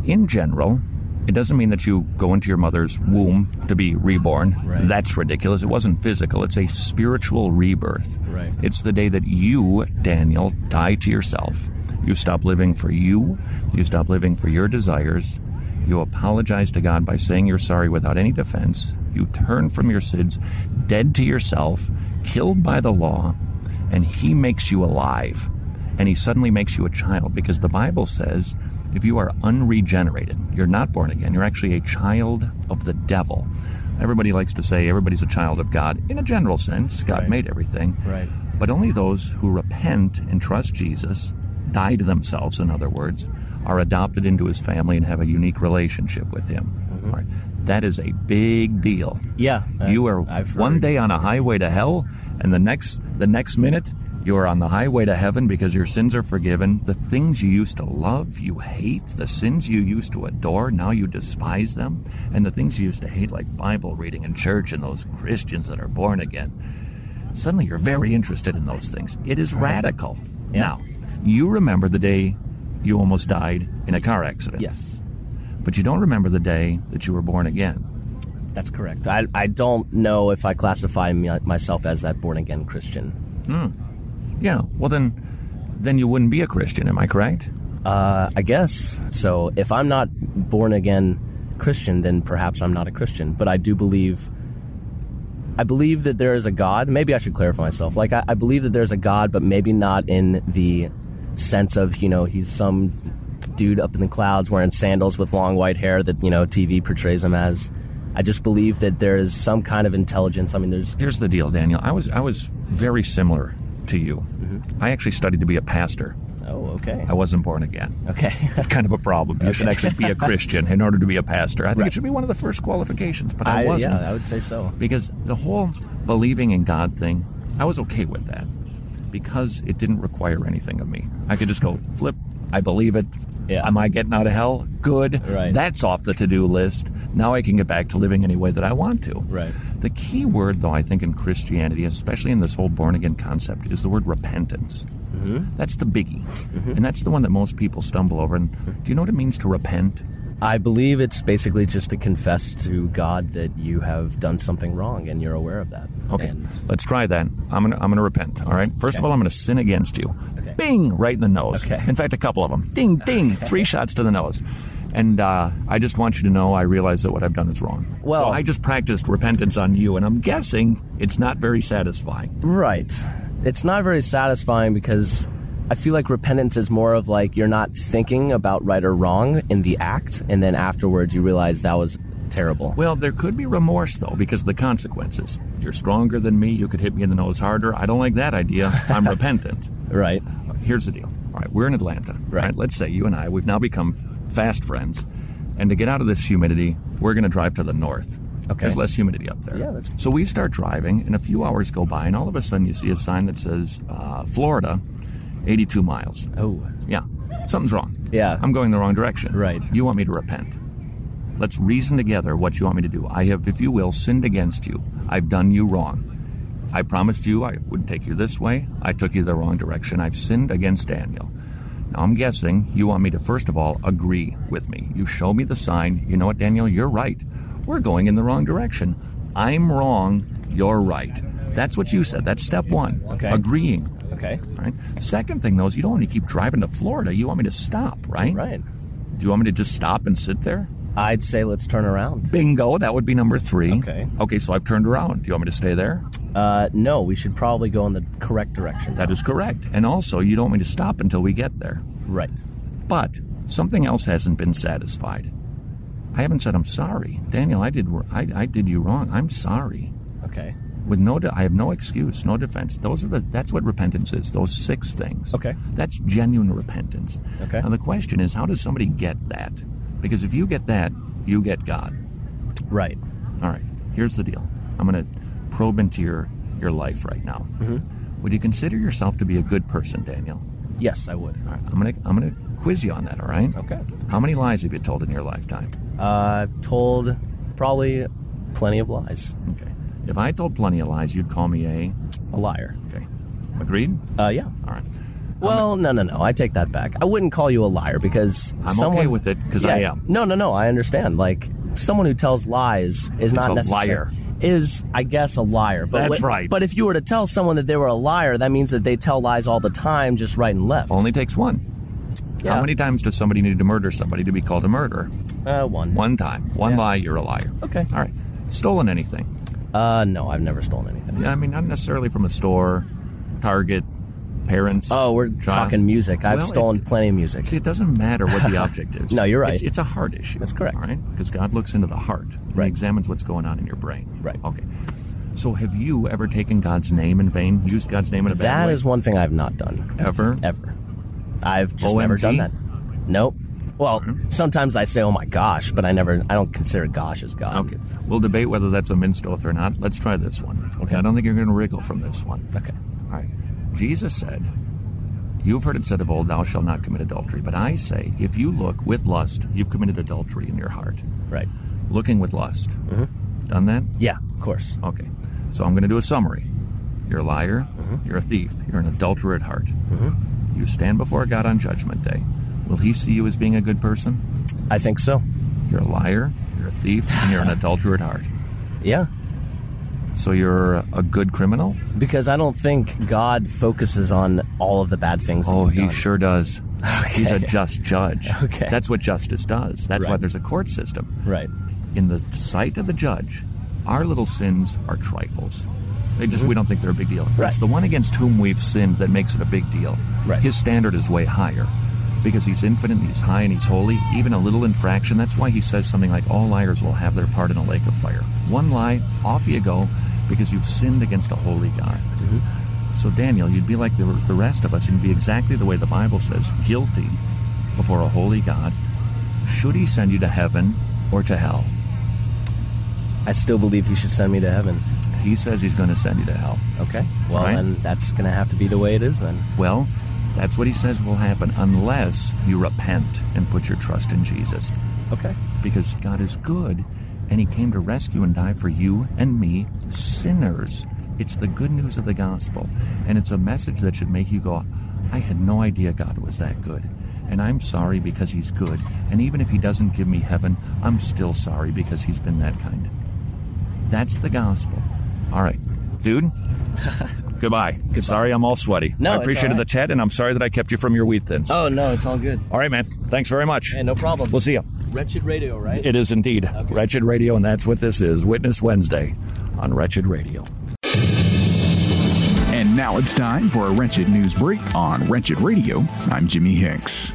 [SPEAKER 6] In general, it doesn't mean that you go into your mother's womb to be reborn.
[SPEAKER 12] Right.
[SPEAKER 6] That's ridiculous. It wasn't physical, it's a spiritual rebirth.
[SPEAKER 12] Right.
[SPEAKER 6] It's the day that you, Daniel, die to yourself. You stop living for you, you stop living for your desires. You apologize to God by saying you're sorry without any defense. You turn from your sins, dead to yourself, killed by the law, and He makes you alive. And He suddenly makes you a child because the Bible says if you are unregenerated, you're not born again, you're actually a child of the devil. Everybody likes to say everybody's a child of God in a general sense. God made everything.
[SPEAKER 12] Right.
[SPEAKER 6] But only those who repent and trust Jesus, die to themselves, in other words, are adopted into his family and have a unique relationship with him. All right. That is a big deal.
[SPEAKER 12] Mm-hmm. Yeah, I-
[SPEAKER 6] you are
[SPEAKER 12] I've
[SPEAKER 6] one
[SPEAKER 12] heard.
[SPEAKER 6] day on a highway to hell, and the next the next minute you are on the highway to heaven because your sins are forgiven. The things you used to love, you hate. The sins you used to adore, now you despise them. And the things you used to hate, like Bible reading and church and those Christians that are born again, suddenly you're very interested in those things. It is radical. Now, you remember the day you almost died in a car accident.
[SPEAKER 12] Yes.
[SPEAKER 6] But you don't remember the day that you were born again.
[SPEAKER 12] That's correct. I, I don't know if I classify my, myself as that born again Christian.
[SPEAKER 6] Yeah. Well, then, then you wouldn't be a Christian. Am I correct?
[SPEAKER 12] Uh, I guess. So if I'm not born again Christian, then perhaps I'm not a Christian. But I do believe. I believe that there is a God. Maybe I should clarify myself. Like, I, I believe that there's a God, but maybe not in the sense of, you know, he's some dude up in the clouds wearing sandals with long white hair that you know TV portrays him as. I just believe that there is some kind of intelligence. I mean, there's
[SPEAKER 6] Here's the deal, Daniel. I was I was very similar to you. I actually studied to be a pastor.
[SPEAKER 12] Oh, Mm-hmm. okay.
[SPEAKER 6] I wasn't born again.
[SPEAKER 12] Okay,
[SPEAKER 6] kind of a problem. You should
[SPEAKER 12] Okay.
[SPEAKER 6] actually be a Christian in order to be a pastor. I think
[SPEAKER 12] Right.
[SPEAKER 6] it should be one of the first qualifications, but I,
[SPEAKER 12] I-
[SPEAKER 6] wasn't.
[SPEAKER 12] yeah, I would say so.
[SPEAKER 6] Because the whole believing in God thing, I was okay with that because it didn't require anything of me. I could just go flip. I believe it. Yeah. Am I getting out of hell? Good. Right. That's off the to-do list. Now I can get back to living any way that I want to. Right. The key word, though, I think in Christianity, especially in this whole born again concept, is the word repentance. That's the biggie, and that's the one that most people stumble over. And do you know what it means to repent?
[SPEAKER 12] I believe it's basically just to confess to God that you have done something wrong and you're aware of that.
[SPEAKER 6] Okay, let's try that. I'm gonna I'm gonna repent. All right. First of all, I'm gonna sin against you. Bing, right in the nose. Okay. In fact, a couple of them. Ding, ding, three shots to the nose. And uh, I just want you to know, I realize that what I've done is wrong. Well, so I just practiced repentance on you, and I'm guessing it's not very satisfying.
[SPEAKER 12] Right. It's not very satisfying because I feel like repentance is more of like you're not thinking about right or wrong in the act, and then afterwards you realize that was terrible.
[SPEAKER 6] Well, there could be remorse though, because of the consequences. You're stronger than me. You could hit me in the nose harder. I don't like that idea. I'm repentant.
[SPEAKER 12] Right.
[SPEAKER 6] Here's the deal. All right, we're in Atlanta. Right. Let's say you and I, we've now become fast friends, and to get out of this humidity, we're going to drive to the north.
[SPEAKER 12] Okay.
[SPEAKER 6] There's less humidity up there.
[SPEAKER 12] Yeah, that's-
[SPEAKER 6] So we start driving, and a few hours go by, and all of a sudden you see a sign that says uh, Florida, 82 miles.
[SPEAKER 12] Oh.
[SPEAKER 6] Yeah. Something's wrong.
[SPEAKER 12] Yeah.
[SPEAKER 6] I'm going the wrong direction.
[SPEAKER 12] Right.
[SPEAKER 6] You want me to repent. Let's reason together what you want me to do. I have, if you will, sinned against you. I've done you wrong. I promised you I would take you this way. I took you the wrong direction. I've sinned against Daniel. Now I'm guessing you want me to, first of all, agree with me. You show me the sign. You know what, Daniel? You're right. We're going in the wrong direction. I'm wrong. You're right. That's what you said. That's step one. Okay. Agreeing.
[SPEAKER 12] Okay.
[SPEAKER 6] Right. Second thing, though, is you don't want to keep driving to Florida. You want me to stop, right?
[SPEAKER 12] Right.
[SPEAKER 6] Do you want me to just stop and sit there?
[SPEAKER 12] I'd say let's turn around.
[SPEAKER 6] Bingo. That would be number three.
[SPEAKER 12] Okay.
[SPEAKER 6] Okay, so I've turned around. Do you want me to stay there?
[SPEAKER 12] Uh, no, we should probably go in the correct direction.
[SPEAKER 6] That is correct. And also, you don't want me to stop until we get there.
[SPEAKER 12] Right.
[SPEAKER 6] But something else hasn't been satisfied. I haven't said I'm sorry, Daniel. I did. I, I did you wrong. I'm sorry.
[SPEAKER 12] Okay.
[SPEAKER 6] With no, de- I have no excuse, no defense. Those are the. That's what repentance is. Those six things.
[SPEAKER 12] Okay.
[SPEAKER 6] That's genuine repentance.
[SPEAKER 12] Okay.
[SPEAKER 6] Now the question is, how does somebody get that? Because if you get that, you get God.
[SPEAKER 12] Right.
[SPEAKER 6] All right. Here's the deal. I'm going to probe into your your life right now. Would you consider yourself to be a good person, Daniel?
[SPEAKER 12] Yes, I would.
[SPEAKER 6] All right. I'm gonna I'm gonna quiz you on that. All right.
[SPEAKER 12] Okay.
[SPEAKER 6] How many lies have you told in your lifetime?
[SPEAKER 12] Uh, I've told probably plenty of lies.
[SPEAKER 6] Okay. If I told plenty of lies, you'd call me a
[SPEAKER 12] a liar.
[SPEAKER 6] Okay. Agreed.
[SPEAKER 12] Uh, yeah.
[SPEAKER 6] All right.
[SPEAKER 12] Well, no, no, no. I take that back. I wouldn't call you a liar because
[SPEAKER 6] I'm
[SPEAKER 12] someone,
[SPEAKER 6] okay with it 'cause I am.
[SPEAKER 12] No, no, no. I understand. Like someone who tells lies is
[SPEAKER 6] Is
[SPEAKER 12] not
[SPEAKER 6] a
[SPEAKER 12] necessarily
[SPEAKER 6] liar.
[SPEAKER 12] Is I guess a liar. But
[SPEAKER 6] That's
[SPEAKER 12] what-
[SPEAKER 6] right.
[SPEAKER 12] But if you were to tell someone that they were a liar, that means that they tell lies all the time, just right and left.
[SPEAKER 6] Only takes one. How
[SPEAKER 12] Yeah.
[SPEAKER 6] many times does somebody need to murder somebody to be called a murderer?
[SPEAKER 12] Uh, one.
[SPEAKER 6] One time. One lie, you're a liar.
[SPEAKER 12] Okay.
[SPEAKER 6] All right. Stolen anything?
[SPEAKER 12] Uh, no, I've never stolen anything.
[SPEAKER 6] Yeah, I mean, not necessarily from a store, Target, parents.
[SPEAKER 12] Oh, we're talking music. I've
[SPEAKER 6] Well, it-
[SPEAKER 12] stolen plenty of music.
[SPEAKER 6] See, it doesn't matter what the object is.
[SPEAKER 12] No, you're right.
[SPEAKER 6] It's, it's a heart issue. That's correct. All right, because God looks into the heart and
[SPEAKER 12] Right.
[SPEAKER 6] examines what's going on in your brain.
[SPEAKER 12] Right.
[SPEAKER 6] Okay. So, have you ever taken God's name in vain? Used God's name in a bad
[SPEAKER 12] That
[SPEAKER 6] way?
[SPEAKER 12] is one thing I've not done.
[SPEAKER 6] Ever?
[SPEAKER 12] Ever. I've just
[SPEAKER 6] OMG?
[SPEAKER 12] never done that. Nope. Well, sometimes I say, "Oh my gosh," but I never. I don't consider gosh as God.
[SPEAKER 6] Okay. We'll debate whether that's a minstrel or not. Let's try this one. Okay. I don't think you're going to wriggle from this one.
[SPEAKER 12] Okay.
[SPEAKER 6] All right. Jesus said, You've heard it said of old, Thou shalt not commit adultery. But I say, if you look with lust, you've committed adultery in your heart.
[SPEAKER 12] Right.
[SPEAKER 6] Looking with lust. Done that?
[SPEAKER 12] Yeah, of course.
[SPEAKER 6] Okay. So I'm going to do a summary. You're a liar. You're a thief. You're an adulterer at heart. You stand before God on Judgment Day. Will He see you as being a good person?
[SPEAKER 12] I think so.
[SPEAKER 6] You're a liar. You're a thief, and you're an adulterer at heart.
[SPEAKER 12] Yeah.
[SPEAKER 6] So you're a good criminal?
[SPEAKER 12] Because I don't think God focuses on all of the bad things. That
[SPEAKER 6] Oh,
[SPEAKER 12] you've
[SPEAKER 6] he
[SPEAKER 12] done.
[SPEAKER 6] sure does. He's a
[SPEAKER 12] Okay.
[SPEAKER 6] just judge.
[SPEAKER 12] Okay.
[SPEAKER 6] That's what justice does. That's why
[SPEAKER 12] Right.
[SPEAKER 6] there's a court system.
[SPEAKER 12] Right.
[SPEAKER 6] In the sight of the judge, our little sins are trifles. They just we don't think they're a big deal. It's the one against whom we've sinned that makes it a big deal.
[SPEAKER 12] Right.
[SPEAKER 6] His standard is way higher. because he's infinite, he's high, and he's holy, even a little infraction. That's why he says something like, All liars will have their part in a lake of fire. One lie, off you go, because you've sinned against a holy God. So, Daniel, you'd be like the, the rest of us, and be exactly the way the Bible says guilty before a holy God. Should he send you to heaven or to hell?
[SPEAKER 12] I still believe he should send me to heaven.
[SPEAKER 6] He says he's going to send you to hell.
[SPEAKER 12] Okay. Well,
[SPEAKER 6] Right?
[SPEAKER 12] then that's going to have to be the way it is then.
[SPEAKER 6] Well, that's what he says will happen unless you repent and put your trust in Jesus.
[SPEAKER 12] Okay.
[SPEAKER 6] Because God is good and he came to rescue and die for you and me, sinners. It's the good news of the gospel. And it's a message that should make you go, I had no idea God was that good. And I'm sorry because he's good. And even if he doesn't give me heaven, I'm still sorry because he's been that kind. That's the gospel. All right, dude. Goodbye. Sorry, I'm all sweaty.
[SPEAKER 12] No,
[SPEAKER 6] I
[SPEAKER 12] it's
[SPEAKER 6] appreciated
[SPEAKER 12] all
[SPEAKER 6] the
[SPEAKER 12] right.
[SPEAKER 6] chat, and I'm sorry that I kept you from your wheat thins.
[SPEAKER 12] Oh, no, it's all good.
[SPEAKER 6] All right, man. Thanks very much.
[SPEAKER 12] Hey, no problem.
[SPEAKER 6] We'll see you.
[SPEAKER 12] Wretched Radio, right?
[SPEAKER 6] It is indeed Wretched Radio, and that's what this is Witness Wednesday on Wretched Radio.
[SPEAKER 11] And now it's time for a Wretched News Break on Wretched Radio. I'm Jimmy Hicks.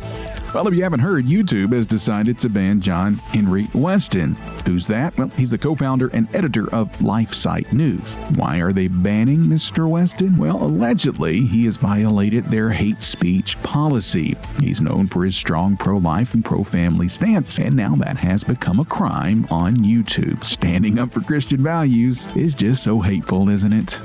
[SPEAKER 11] Well, if you haven't heard, YouTube has decided to ban John Henry Weston. Who's that? Well, he's the co founder and editor of LifeSite News. Why are they banning Mr. Weston? Well, allegedly, he has violated their hate speech policy. He's known for his strong pro life and pro family stance, and now that has become a crime on YouTube. Standing up for Christian values is just so hateful, isn't it?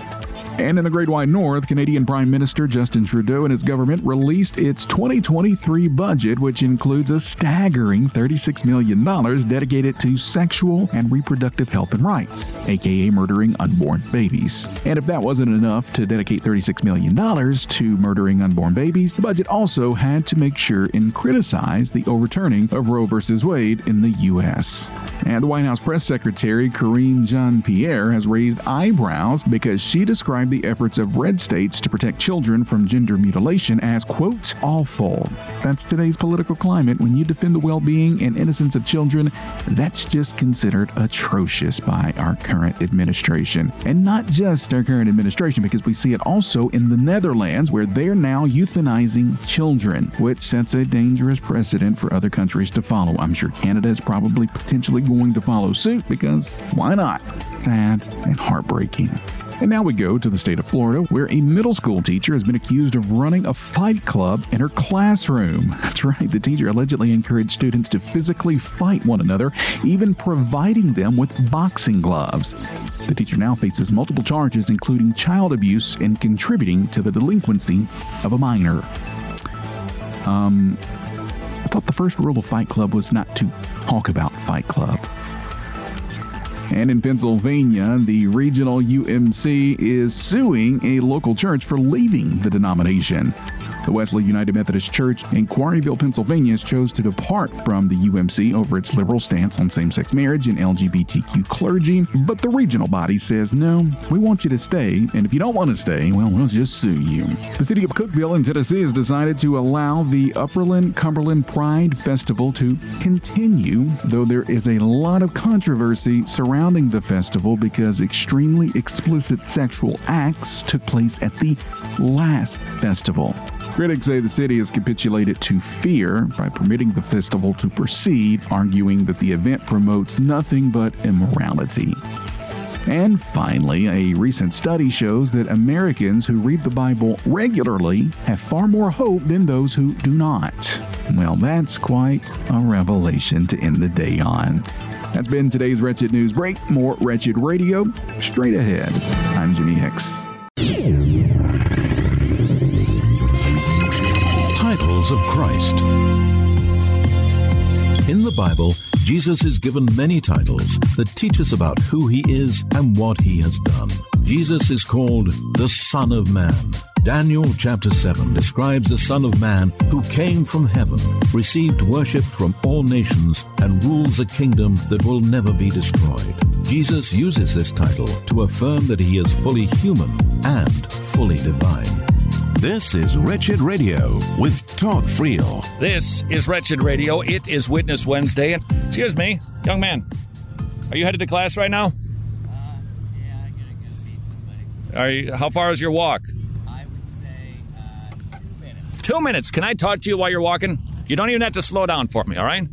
[SPEAKER 11] And in the Great White North, Canadian Prime Minister Justin Trudeau and his government released its 2023 budget, which includes a staggering $36 million dedicated to sexual and reproductive health and rights, aka murdering unborn babies. And if that wasn't enough to dedicate $36 million to murdering unborn babies, the budget also had to make sure and criticize the overturning of Roe v. Wade in the U.S. And the White House press secretary Karine Jean-Pierre has raised eyebrows because she described the efforts of red states to protect children from gender mutilation as quote awful. That's today's political climate when you defend the well-being and innocence of children, that's just considered atrocious by our current administration. And not just our current administration because we see it also in the Netherlands where they're now euthanizing children, which sets a dangerous precedent for other countries to follow. I'm sure Canada is probably potentially going to follow suit because why not? Sad and heartbreaking. And now we go to the state of Florida, where a middle school teacher has been accused of running a fight club in her classroom. That's right, the teacher allegedly encouraged students to physically fight one another, even providing them with boxing gloves. The teacher now faces multiple charges, including child abuse and contributing to the delinquency of a minor. Um, I thought the first rule of Fight Club was not to talk about Fight Club. And in Pennsylvania, the regional UMC is suing a local church for leaving the denomination. The Wesley United Methodist Church in Quarryville, Pennsylvania, has chose to depart from the UMC over its liberal stance on same-sex marriage and LGBTQ clergy, but the regional body says no. We want you to stay, and if you don't want to stay, well, we'll just sue you. The city of Cookville in Tennessee has decided to allow the Upperland Cumberland Pride Festival to continue, though there is a lot of controversy surrounding the festival because extremely explicit sexual acts took place at the last festival. Critics say the city has capitulated to fear by permitting the festival to proceed, arguing that the event promotes nothing but immorality. And finally, a recent study shows that Americans who read the Bible regularly have far more hope than those who do not. Well, that's quite a revelation to end the day on. That's been today's Wretched News Break. More Wretched Radio straight ahead. I'm Jimmy Hicks.
[SPEAKER 1] Titles of Christ. In the Bible, Jesus is given many titles that teach us about who he is and what he has done. Jesus is called the Son of Man. Daniel chapter 7 describes the Son of Man who came from heaven, received worship from all nations, and rules a kingdom that will never be destroyed. Jesus uses this title to affirm that he is fully human and fully divine.
[SPEAKER 13] This is Wretched Radio with Todd Friel.
[SPEAKER 14] This is Wretched Radio. It is Witness Wednesday. And excuse me, young man, are you headed to class right now? Uh, yeah, I gotta go meet somebody. Are you? How far is your walk? I would say uh, two minutes. Two minutes. Can I talk to you while you're walking?
[SPEAKER 6] You don't even have to slow down for me, all right?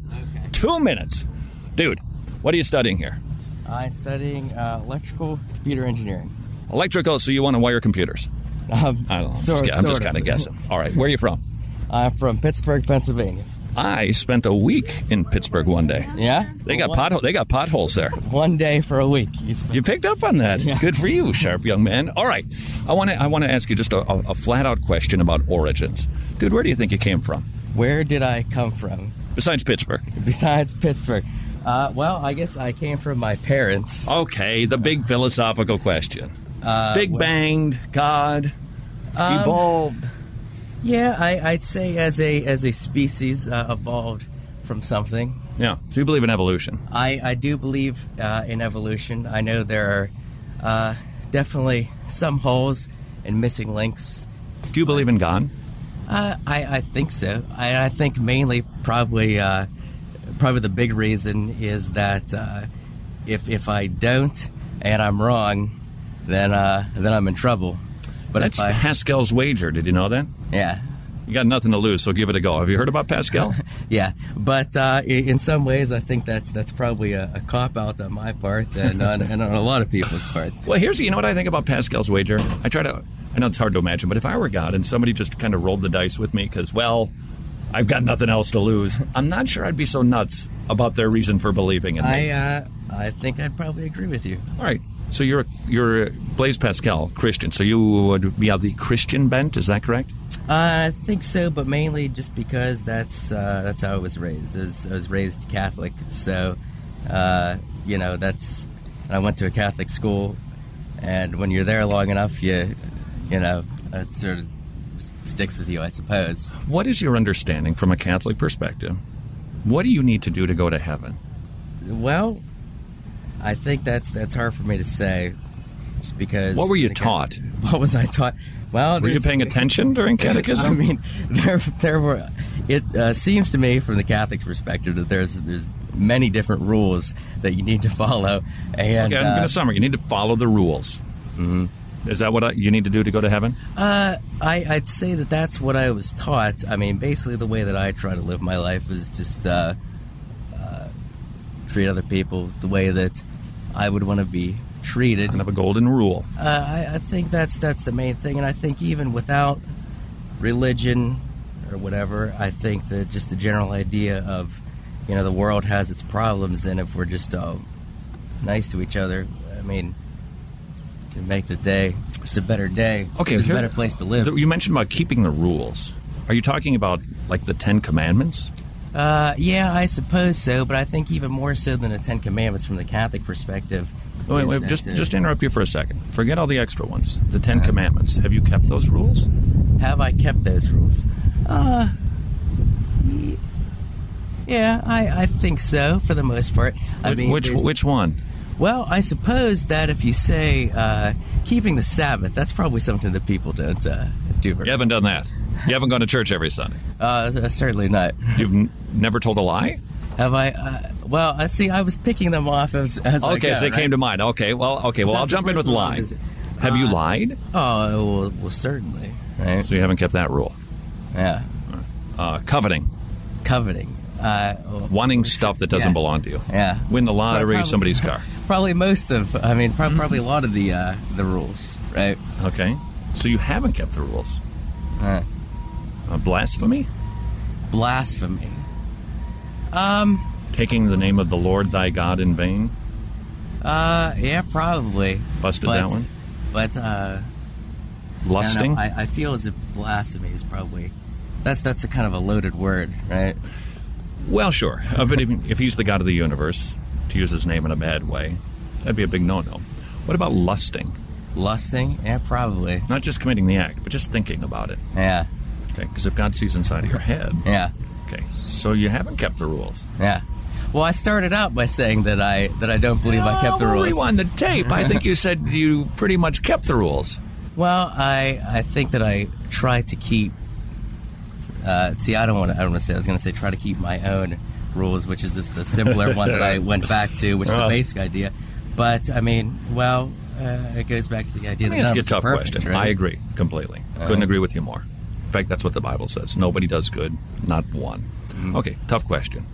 [SPEAKER 6] Two minutes. Dude, what are you studying here?
[SPEAKER 12] I'm studying uh, electrical computer engineering.
[SPEAKER 6] Electrical, so you want to wire computers?
[SPEAKER 12] Um,
[SPEAKER 6] I don't know.
[SPEAKER 12] sort-
[SPEAKER 6] I'm just, I'm just
[SPEAKER 12] sort of.
[SPEAKER 6] kind of guessing. All right, where are you from?
[SPEAKER 12] I'm from Pittsburgh, Pennsylvania.
[SPEAKER 6] I spent a week in Pittsburgh one day.
[SPEAKER 12] Yeah?
[SPEAKER 6] They got pothole. They got potholes there.
[SPEAKER 12] One day for a week.
[SPEAKER 6] You picked up on that. Good for you, sharp young man. All right, I want to. I want to ask you just a, a, a flat out question about origins, dude. Where do you think you came from?
[SPEAKER 12] Where did I come from?
[SPEAKER 6] Besides Pittsburgh.
[SPEAKER 12] Besides Pittsburgh. Uh, well, I guess I came from my parents.
[SPEAKER 6] Okay, the big philosophical question.
[SPEAKER 12] Uh, Um,
[SPEAKER 6] big
[SPEAKER 12] well-
[SPEAKER 6] banged God evolved.
[SPEAKER 12] Yeah, I, I'd say as a as a species uh, evolved from something.
[SPEAKER 6] Yeah. So you believe in evolution?
[SPEAKER 12] I, I do believe uh, in evolution. I know there are uh, definitely some holes and missing links.
[SPEAKER 6] Do you believe in God?
[SPEAKER 12] Uh, I, I think so. I, I think mainly probably uh, probably the big reason is that uh, if if I don't and I'm wrong, then uh, then I'm in trouble. But
[SPEAKER 6] That's
[SPEAKER 12] if I
[SPEAKER 6] Pascal's wager. Did you know that?
[SPEAKER 12] yeah.
[SPEAKER 6] You got nothing to lose, so give it a go. Have you heard about Pascal?
[SPEAKER 12] yeah, but uh, i- in some ways, I think that's that's probably a, a cop out on my part and on, and on a lot of people's parts.
[SPEAKER 6] Well, here's you know what I think about Pascal's wager. I try to. I know it's hard to imagine, but if I were God and somebody just kind of rolled the dice with me, because well, I've got nothing else to lose. I'm not sure I'd be so nuts about their reason for believing in
[SPEAKER 12] I
[SPEAKER 6] me.
[SPEAKER 12] uh, I think I'd probably agree with you.
[SPEAKER 6] All right. So you're a- you're a Blaise Pascal Christian. So you would be of the Christian bent. Is that correct?
[SPEAKER 12] Uh, I think so, but mainly just because that's uh, that's how I was raised. I was, I was raised Catholic, so uh, you know that's. And I went to a Catholic school, and when you're there long enough, you you know it sort of sticks with you, I suppose.
[SPEAKER 6] What is your understanding from a Catholic perspective? What do you need to do to go to heaven?
[SPEAKER 12] Well, I think that's that's hard for me to say, just because.
[SPEAKER 6] What were you
[SPEAKER 12] the ca-
[SPEAKER 6] taught?
[SPEAKER 12] What was I taught? Well,
[SPEAKER 6] Were you
[SPEAKER 12] there's-
[SPEAKER 6] paying attention during catechism?
[SPEAKER 12] I mean, there there were. It uh, seems to me, from the Catholic perspective, that there's there's many different rules that you need to follow. And
[SPEAKER 6] okay,
[SPEAKER 12] uh,
[SPEAKER 6] I'm
[SPEAKER 12] Mm-hmm.
[SPEAKER 6] going to summary. You need to follow the rules. Is that what I, you need to do to go to heaven?
[SPEAKER 12] Uh, I, I'd say that that's what I was taught. I mean, basically, the way that I try to live my life is just uh, uh, treat other people the way that I would want to be treated. Kind
[SPEAKER 6] of a golden rule.
[SPEAKER 12] Uh, I, I think that's that's the main thing, and I think even without religion or whatever, I think that just the general idea of you know the world has its problems, and if we're just uh, nice to each other, I mean, can make the day just a better day.
[SPEAKER 6] Okay,
[SPEAKER 12] just a
[SPEAKER 6] here's-
[SPEAKER 12] better place to live.
[SPEAKER 6] You mentioned about keeping the rules. Are you talking about like the Ten Commandments?
[SPEAKER 12] Uh, yeah, I suppose so, but I think even more so than the Ten Commandments from the Catholic perspective.
[SPEAKER 6] Wait,
[SPEAKER 12] is
[SPEAKER 6] wait,
[SPEAKER 12] that,
[SPEAKER 6] just
[SPEAKER 12] uh,
[SPEAKER 6] just interrupt you for a second. Forget all the extra ones. The Ten
[SPEAKER 12] Uh-huh.
[SPEAKER 6] Commandments. Have you kept those rules?
[SPEAKER 12] Have I kept those rules? Uh, y- yeah, I, I think so for the most part. I
[SPEAKER 6] Which-
[SPEAKER 12] mean,
[SPEAKER 6] which-
[SPEAKER 12] there's-
[SPEAKER 6] which one?
[SPEAKER 12] Well, I suppose that if you say uh, keeping the Sabbath, that's probably something that people don't uh, do. Very
[SPEAKER 6] You haven't done that. You haven't gone to church every Sunday.
[SPEAKER 12] Uh, certainly not.
[SPEAKER 6] You've n- never told a lie.
[SPEAKER 12] Have I? Uh, well, I see. I was picking them off as, as I
[SPEAKER 6] okay,
[SPEAKER 12] go,
[SPEAKER 6] so they
[SPEAKER 12] right?
[SPEAKER 6] came to mind. Okay, well, okay,
[SPEAKER 12] Is
[SPEAKER 6] well,
[SPEAKER 12] that
[SPEAKER 6] I'll
[SPEAKER 12] the
[SPEAKER 6] jump in
[SPEAKER 12] first
[SPEAKER 6] with
[SPEAKER 12] one?
[SPEAKER 6] lie.
[SPEAKER 12] Is it- Uh,
[SPEAKER 6] Have you lied?
[SPEAKER 12] Oh, well, well certainly.
[SPEAKER 6] So you haven't kept that rule.
[SPEAKER 12] Yeah.
[SPEAKER 6] Uh, coveting.
[SPEAKER 12] Coveting. Uh, well,
[SPEAKER 6] Wanting stuff that doesn't
[SPEAKER 12] yeah.
[SPEAKER 6] belong to you.
[SPEAKER 12] Yeah.
[SPEAKER 6] Win the lottery,
[SPEAKER 12] Probably-
[SPEAKER 6] somebody's car.
[SPEAKER 12] Probably most of. I mean, prob- probably a lot of the uh, the rules, right?
[SPEAKER 6] Okay. So you haven't kept the rules. Uh, blasphemy.
[SPEAKER 12] Blasphemy. Um.
[SPEAKER 6] Taking the name of the Lord thy God in vain.
[SPEAKER 12] Uh, yeah, probably.
[SPEAKER 6] Busted
[SPEAKER 12] but,
[SPEAKER 6] that one.
[SPEAKER 12] But uh,
[SPEAKER 6] Lusting?
[SPEAKER 12] I, don't know. I, I feel as if blasphemy is probably that's that's a kind of a loaded word, right?
[SPEAKER 6] Well, sure. Uh, but if, if he's the God of the universe, to use his name in a bad way, that'd be a big no-no. What about lusting?
[SPEAKER 12] Lusting? Yeah, probably.
[SPEAKER 6] Not just committing the act, but just thinking about it.
[SPEAKER 12] Yeah.
[SPEAKER 6] Okay, because if God sees inside of your head.
[SPEAKER 12] Yeah.
[SPEAKER 6] Okay, so you haven't kept the rules.
[SPEAKER 12] Yeah. Well, I started out by saying that I that I don't believe I kept the
[SPEAKER 6] Well,
[SPEAKER 12] rules.
[SPEAKER 6] Rewind the tape. I think you said you pretty much kept the rules.
[SPEAKER 12] Well, I I think that I try to keep. Uh, see, I don't want to. I don't want to say. I was going to say try to keep my own rules, which is this the simpler one that I went back to, which is the
[SPEAKER 6] Uh.
[SPEAKER 12] basic idea. But I mean, well, uh, it goes back to the idea
[SPEAKER 6] Let me
[SPEAKER 12] that none
[SPEAKER 6] ask
[SPEAKER 12] of
[SPEAKER 6] you a
[SPEAKER 12] us are
[SPEAKER 6] tough
[SPEAKER 12] perfect,
[SPEAKER 6] question.
[SPEAKER 12] right?
[SPEAKER 6] I agree completely.
[SPEAKER 12] Uh-huh.
[SPEAKER 6] Couldn't agree with you more. In fact, that's what the Bible says. Nobody does good, not one. Okay, tough question.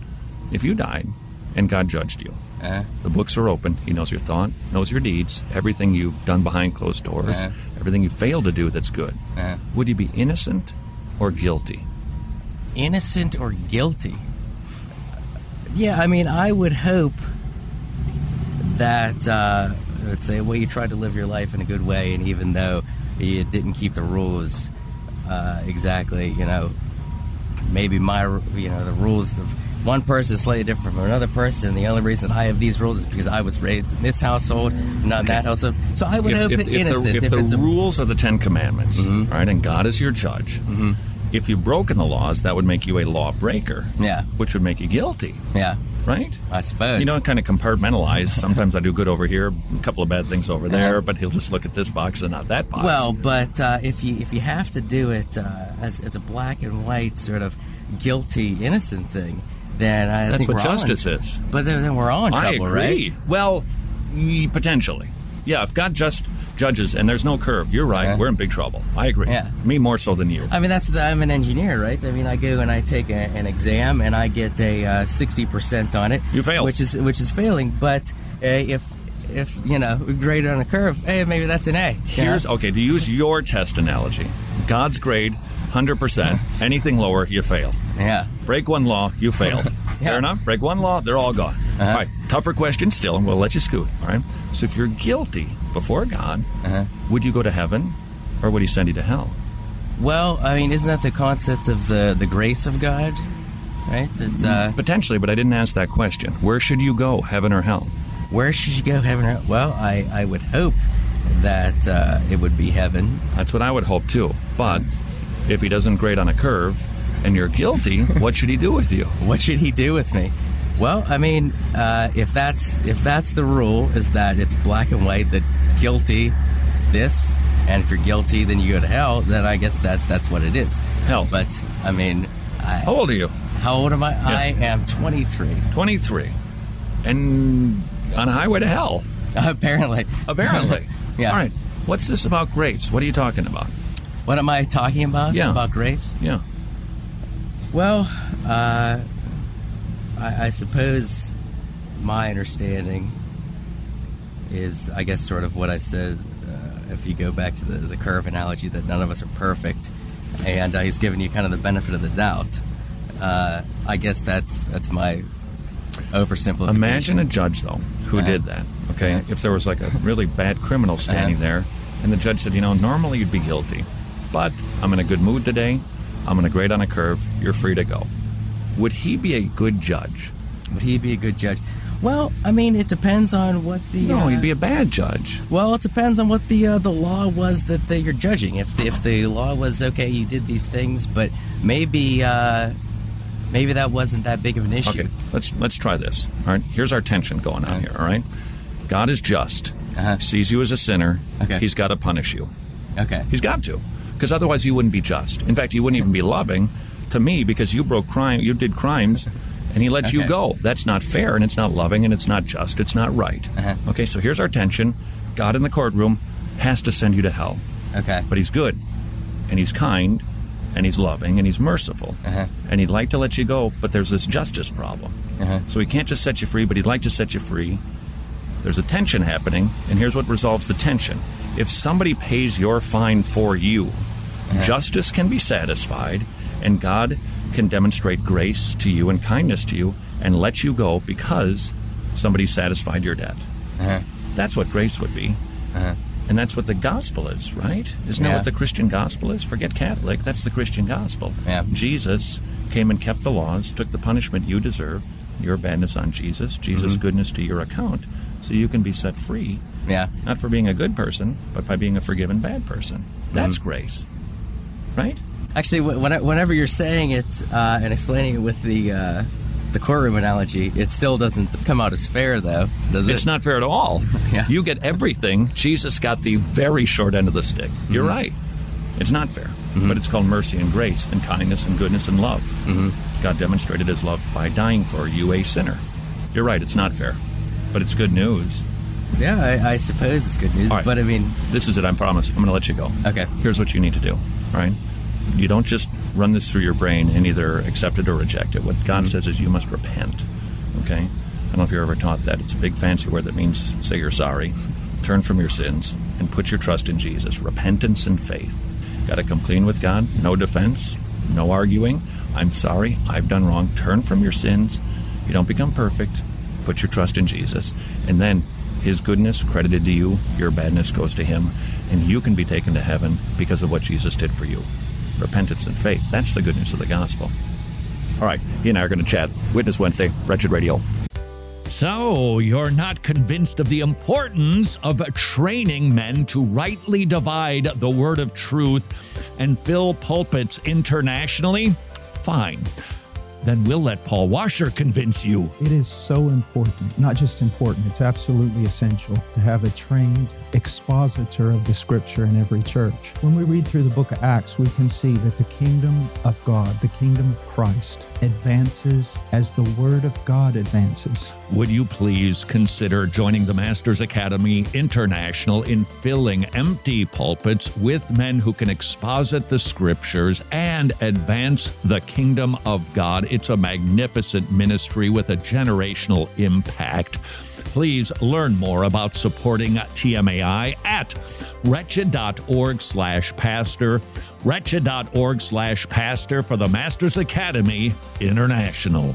[SPEAKER 6] If you died and God judged you, the books are open. He knows your thought, knows your deeds, everything you've done behind closed doors,
[SPEAKER 15] Uh-huh.
[SPEAKER 6] everything you failed to do that's good. Would you be innocent or guilty?
[SPEAKER 11] Innocent or guilty?
[SPEAKER 12] Yeah, I mean, I would hope.
[SPEAKER 11] that uh, I would say, well, you tried to live your life in a good way, and even though you didn't keep the rules uh, exactly, you know, maybe my, you know, the rules of one person is slightly different from another person. and The only reason I have these rules is because I was raised in this household, not in that household. So I would
[SPEAKER 6] if,
[SPEAKER 11] hope
[SPEAKER 6] if-
[SPEAKER 11] it
[SPEAKER 6] if the,
[SPEAKER 11] innocent.
[SPEAKER 6] if
[SPEAKER 11] if
[SPEAKER 6] the
[SPEAKER 11] it's a-
[SPEAKER 6] rules are the Ten Commandments, right, and God is your judge, if you've broken the laws, that would make you a lawbreaker.
[SPEAKER 11] Yeah.
[SPEAKER 6] Which would make you guilty.
[SPEAKER 11] Yeah.
[SPEAKER 6] Right?
[SPEAKER 11] I suppose.
[SPEAKER 6] You know, kind of compartmentalize. Sometimes I do good over here, a couple of bad things over there, but he'll just look at this box and not that box.
[SPEAKER 11] Well, but uh, if you if you have to do it uh, as as a black and white sort of guilty innocent thing, then I
[SPEAKER 6] That's
[SPEAKER 11] think
[SPEAKER 6] what
[SPEAKER 11] we're all in-
[SPEAKER 6] justice is.
[SPEAKER 11] But then, then we're all in
[SPEAKER 6] I
[SPEAKER 11] trouble,
[SPEAKER 6] agree.
[SPEAKER 11] right?
[SPEAKER 6] Well, y- potentially. Yeah, if God just judges and there's no curve, you're right. We're in big trouble. I agree.
[SPEAKER 11] Yeah.
[SPEAKER 6] Me more so than you.
[SPEAKER 11] I mean, that's the, I'm an engineer, right? I mean, I go and I take a, an exam and I get a uh, sixty percent on it. You fail, which is which is failing. But uh, if if you know grade on a curve, hey, maybe that's an A. you
[SPEAKER 6] Here's
[SPEAKER 11] know?
[SPEAKER 6] okay to use your test analogy. God's grade, hundred percent. Anything lower, you fail.
[SPEAKER 11] Yeah.
[SPEAKER 6] Break one law, you failed. Fair enough. Break one law, they're all gone. All right. Tougher question still, and we'll let you scoot. All right. So if you're guilty before God, would you go to heaven, or would He send you to hell?
[SPEAKER 11] well, I mean, isn't that the concept of the the grace of God, right? That uh,
[SPEAKER 6] Potentially, but I didn't ask that question. Where should you go, heaven or hell?
[SPEAKER 11] Where should you go, heaven or Well, I, I would hope that uh, it would be heaven.
[SPEAKER 6] That's what I would hope too. But if he doesn't grade on a curve and you're guilty, what should he do with you?
[SPEAKER 11] What should he do with me? Well, I mean, uh, if that's if that's the rule, is that it's black and white that guilty is this, and if you're guilty, then you go to hell. Then I guess that's that's what it is.
[SPEAKER 6] Hell.
[SPEAKER 11] But I mean, I, how
[SPEAKER 6] old are you?
[SPEAKER 11] How old am I? I am 23.
[SPEAKER 6] 23. And on a highway to hell.
[SPEAKER 11] Apparently.
[SPEAKER 6] Apparently. yeah. All right. What's this about grades? What are you talking about?
[SPEAKER 11] What am I talking about?
[SPEAKER 6] Yeah.
[SPEAKER 11] About grace?
[SPEAKER 6] Yeah.
[SPEAKER 11] Well, uh, I, I suppose my understanding is, I guess, sort of what I said. Uh, if you go back to the, the curve analogy, that none of us are perfect, and uh, he's giving you kind of the benefit of the doubt. Uh, I guess that's that's my oversimplification.
[SPEAKER 6] Imagine a judge, though, who
[SPEAKER 11] Uh-huh.
[SPEAKER 6] did that. Okay. If there was like a really bad criminal standing there and the judge said, you know, normally you'd be guilty, but I'm in a good mood today. I'm going to grade on a curve. You're free to go. Would he be a good judge?
[SPEAKER 11] Would he be a good judge? Well, I mean, it depends on what the
[SPEAKER 6] No,
[SPEAKER 11] uh,
[SPEAKER 6] he'd be a bad judge.
[SPEAKER 11] Well, it depends on what the uh, the law was that they, you're judging. If the, if the law was okay, you did these things, but maybe uh, maybe that wasn't that big of an issue.
[SPEAKER 6] Okay, let's let's try this. All right, here's our tension going on here. All right, God is just. Sees you as a sinner.
[SPEAKER 11] Uh-huh. Okay.
[SPEAKER 6] He's got to punish you.
[SPEAKER 11] Okay.
[SPEAKER 6] He's got to, because otherwise he wouldn't be just. In fact, he wouldn't even be loving to me because you broke crime, you did crimes, and he lets you
[SPEAKER 15] Okay.
[SPEAKER 6] go. That's not fair, and it's not loving, and it's not just. It's not right.
[SPEAKER 11] Uh-huh.
[SPEAKER 6] Okay, so here's our tension. God in the courtroom has to send you to hell.
[SPEAKER 11] Okay.
[SPEAKER 6] But he's good, and he's kind, and he's loving, and he's merciful, and he'd like to let you go, but there's this justice problem. So he can't just set you free, but he'd like to set you free. There's a tension happening, and here's what resolves the tension. If somebody pays your fine for you, justice can be satisfied, and God can demonstrate grace to you and kindness to you and let you go because somebody satisfied your debt. That's what grace would be. And that's what the gospel is, right? Isn't that
[SPEAKER 15] Yeah.
[SPEAKER 6] what the Christian gospel is? Forget Catholic, that's the Christian gospel. Jesus came and kept the laws, took the punishment you deserve, your badness on Jesus, Jesus'
[SPEAKER 11] Mm-hmm.
[SPEAKER 6] goodness to your account, so you can be set free.
[SPEAKER 11] Yeah.
[SPEAKER 6] Not for being a good person, but by being a forgiven bad person. That's
[SPEAKER 11] Mm-hmm.
[SPEAKER 6] grace. Right?
[SPEAKER 11] Actually, wh- when- whenever you're saying it uh, and explaining it with the uh, the courtroom analogy, it still doesn't come out as fair, though, does it?
[SPEAKER 6] it's not fair at all.
[SPEAKER 11] Yeah.
[SPEAKER 6] You get everything. Jesus got the very short end of the stick. You're
[SPEAKER 11] Mm-hmm.
[SPEAKER 6] right. It's not fair, but it's called mercy and grace and kindness and goodness and love.
[SPEAKER 11] Mm-hmm.
[SPEAKER 6] God demonstrated his love by dying for you, a sinner. You're right. It's not fair, but it's good news.
[SPEAKER 11] Yeah, I, I suppose it's good news.
[SPEAKER 6] But I mean, this is it. I promise. I'm going to let you go.
[SPEAKER 11] Okay.
[SPEAKER 6] Here's what you need to do. All right.
[SPEAKER 12] You don't just run this through your brain and either accept it or reject it. What God says is you must repent. Okay? I don't know if you're ever taught that. It's a big fancy word that means say you're sorry, turn from your sins, and put your trust in Jesus. Repentance and faith. Got to come clean with God. No defense, no arguing. I'm sorry, I've done wrong. Turn from your sins. You don't become perfect. Put your trust in Jesus. And then his goodness credited to you, your badness goes to him, and you can be taken to heaven because of what Jesus did for you. Repentance and faith. That's the good news of the gospel. All right, he and I are going to chat. Witness Wednesday, Wretched Radio.
[SPEAKER 6] So, you're not convinced of the importance of training men to rightly divide the word of truth and fill pulpits internationally? Fine. Then we'll let Paul Washer convince you.
[SPEAKER 16] It is so important, not just important, it's absolutely essential to have a trained expositor of the scripture in every church. When we read through the book of Acts, we can see that the kingdom of God, the kingdom of Christ, advances as the word of God advances.
[SPEAKER 6] Would you please consider joining the Masters Academy International in filling empty pulpits with men who can exposit the scriptures and advance the kingdom of God? It's a magnificent ministry with a generational impact. Please learn more about supporting TMAI at wretched.org slash pastor, wretched.org slash pastor for the Masters Academy International.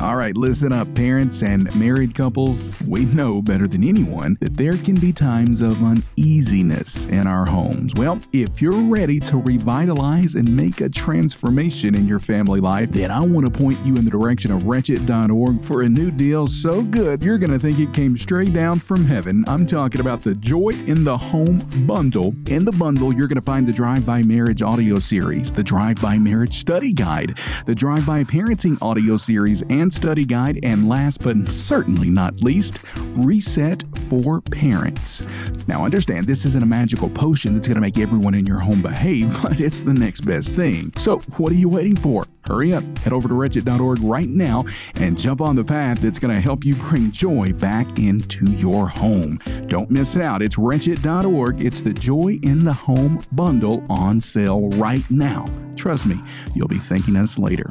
[SPEAKER 11] All right, listen up, parents and married couples. We know better than anyone that there can be times of uneasiness in our homes. Well, if you're ready to revitalize and make a transformation in your family life, then I want to point you in the direction of wretched.org for a new deal so good you're going to think it came straight down from heaven. I'm talking about the Joy in the Home bundle. In the bundle, you're going to find the Drive by Marriage audio series, the Drive by Marriage study guide, the Drive by Parenting audio series, and study guide, and last but certainly not least, Reset for Parents. Now, understand this isn't a magical potion that's going to make everyone in your home behave, but it's the next best thing. So, what are you waiting for? Hurry up, head over to wretched.org right now and jump on the path that's going to help you bring joy back into your home. Don't miss out. It's wretched.org. It's the Joy in the Home bundle on sale right now. Trust me, you'll be thanking us later.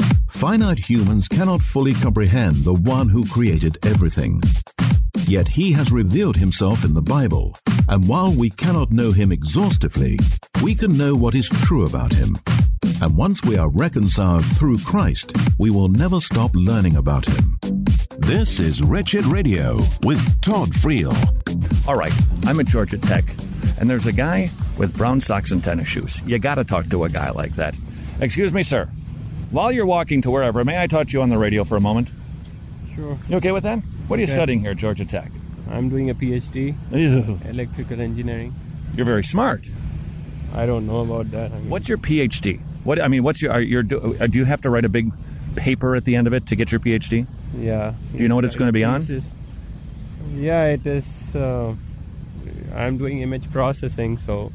[SPEAKER 1] Finite humans cannot fully comprehend the one who created everything. Yet he has revealed himself in the Bible, and while we cannot know him exhaustively, we can know what is true about him. And once we are reconciled through Christ, we will never stop learning about him.
[SPEAKER 17] This is Wretched Radio with Todd Friel.
[SPEAKER 12] All right, I'm at Georgia Tech, and there's a guy with brown socks and tennis shoes. You got to talk to a guy like that. Excuse me, sir. While you're walking to wherever, may I talk to you on the radio for a moment?
[SPEAKER 4] Sure.
[SPEAKER 12] You okay with that? What are you
[SPEAKER 4] Okay.
[SPEAKER 12] studying here at Georgia Tech?
[SPEAKER 4] I'm doing a PhD, electrical engineering.
[SPEAKER 12] You're very smart.
[SPEAKER 4] I don't know about that.
[SPEAKER 12] What's your PhD? What I mean, what's your are your do uh, do you have to write a big paper at the end of it to get your PhD?
[SPEAKER 4] Yeah.
[SPEAKER 12] Do you know what it's going to be on?
[SPEAKER 4] Thesis. Yeah, it is. Uh, I'm doing image processing, so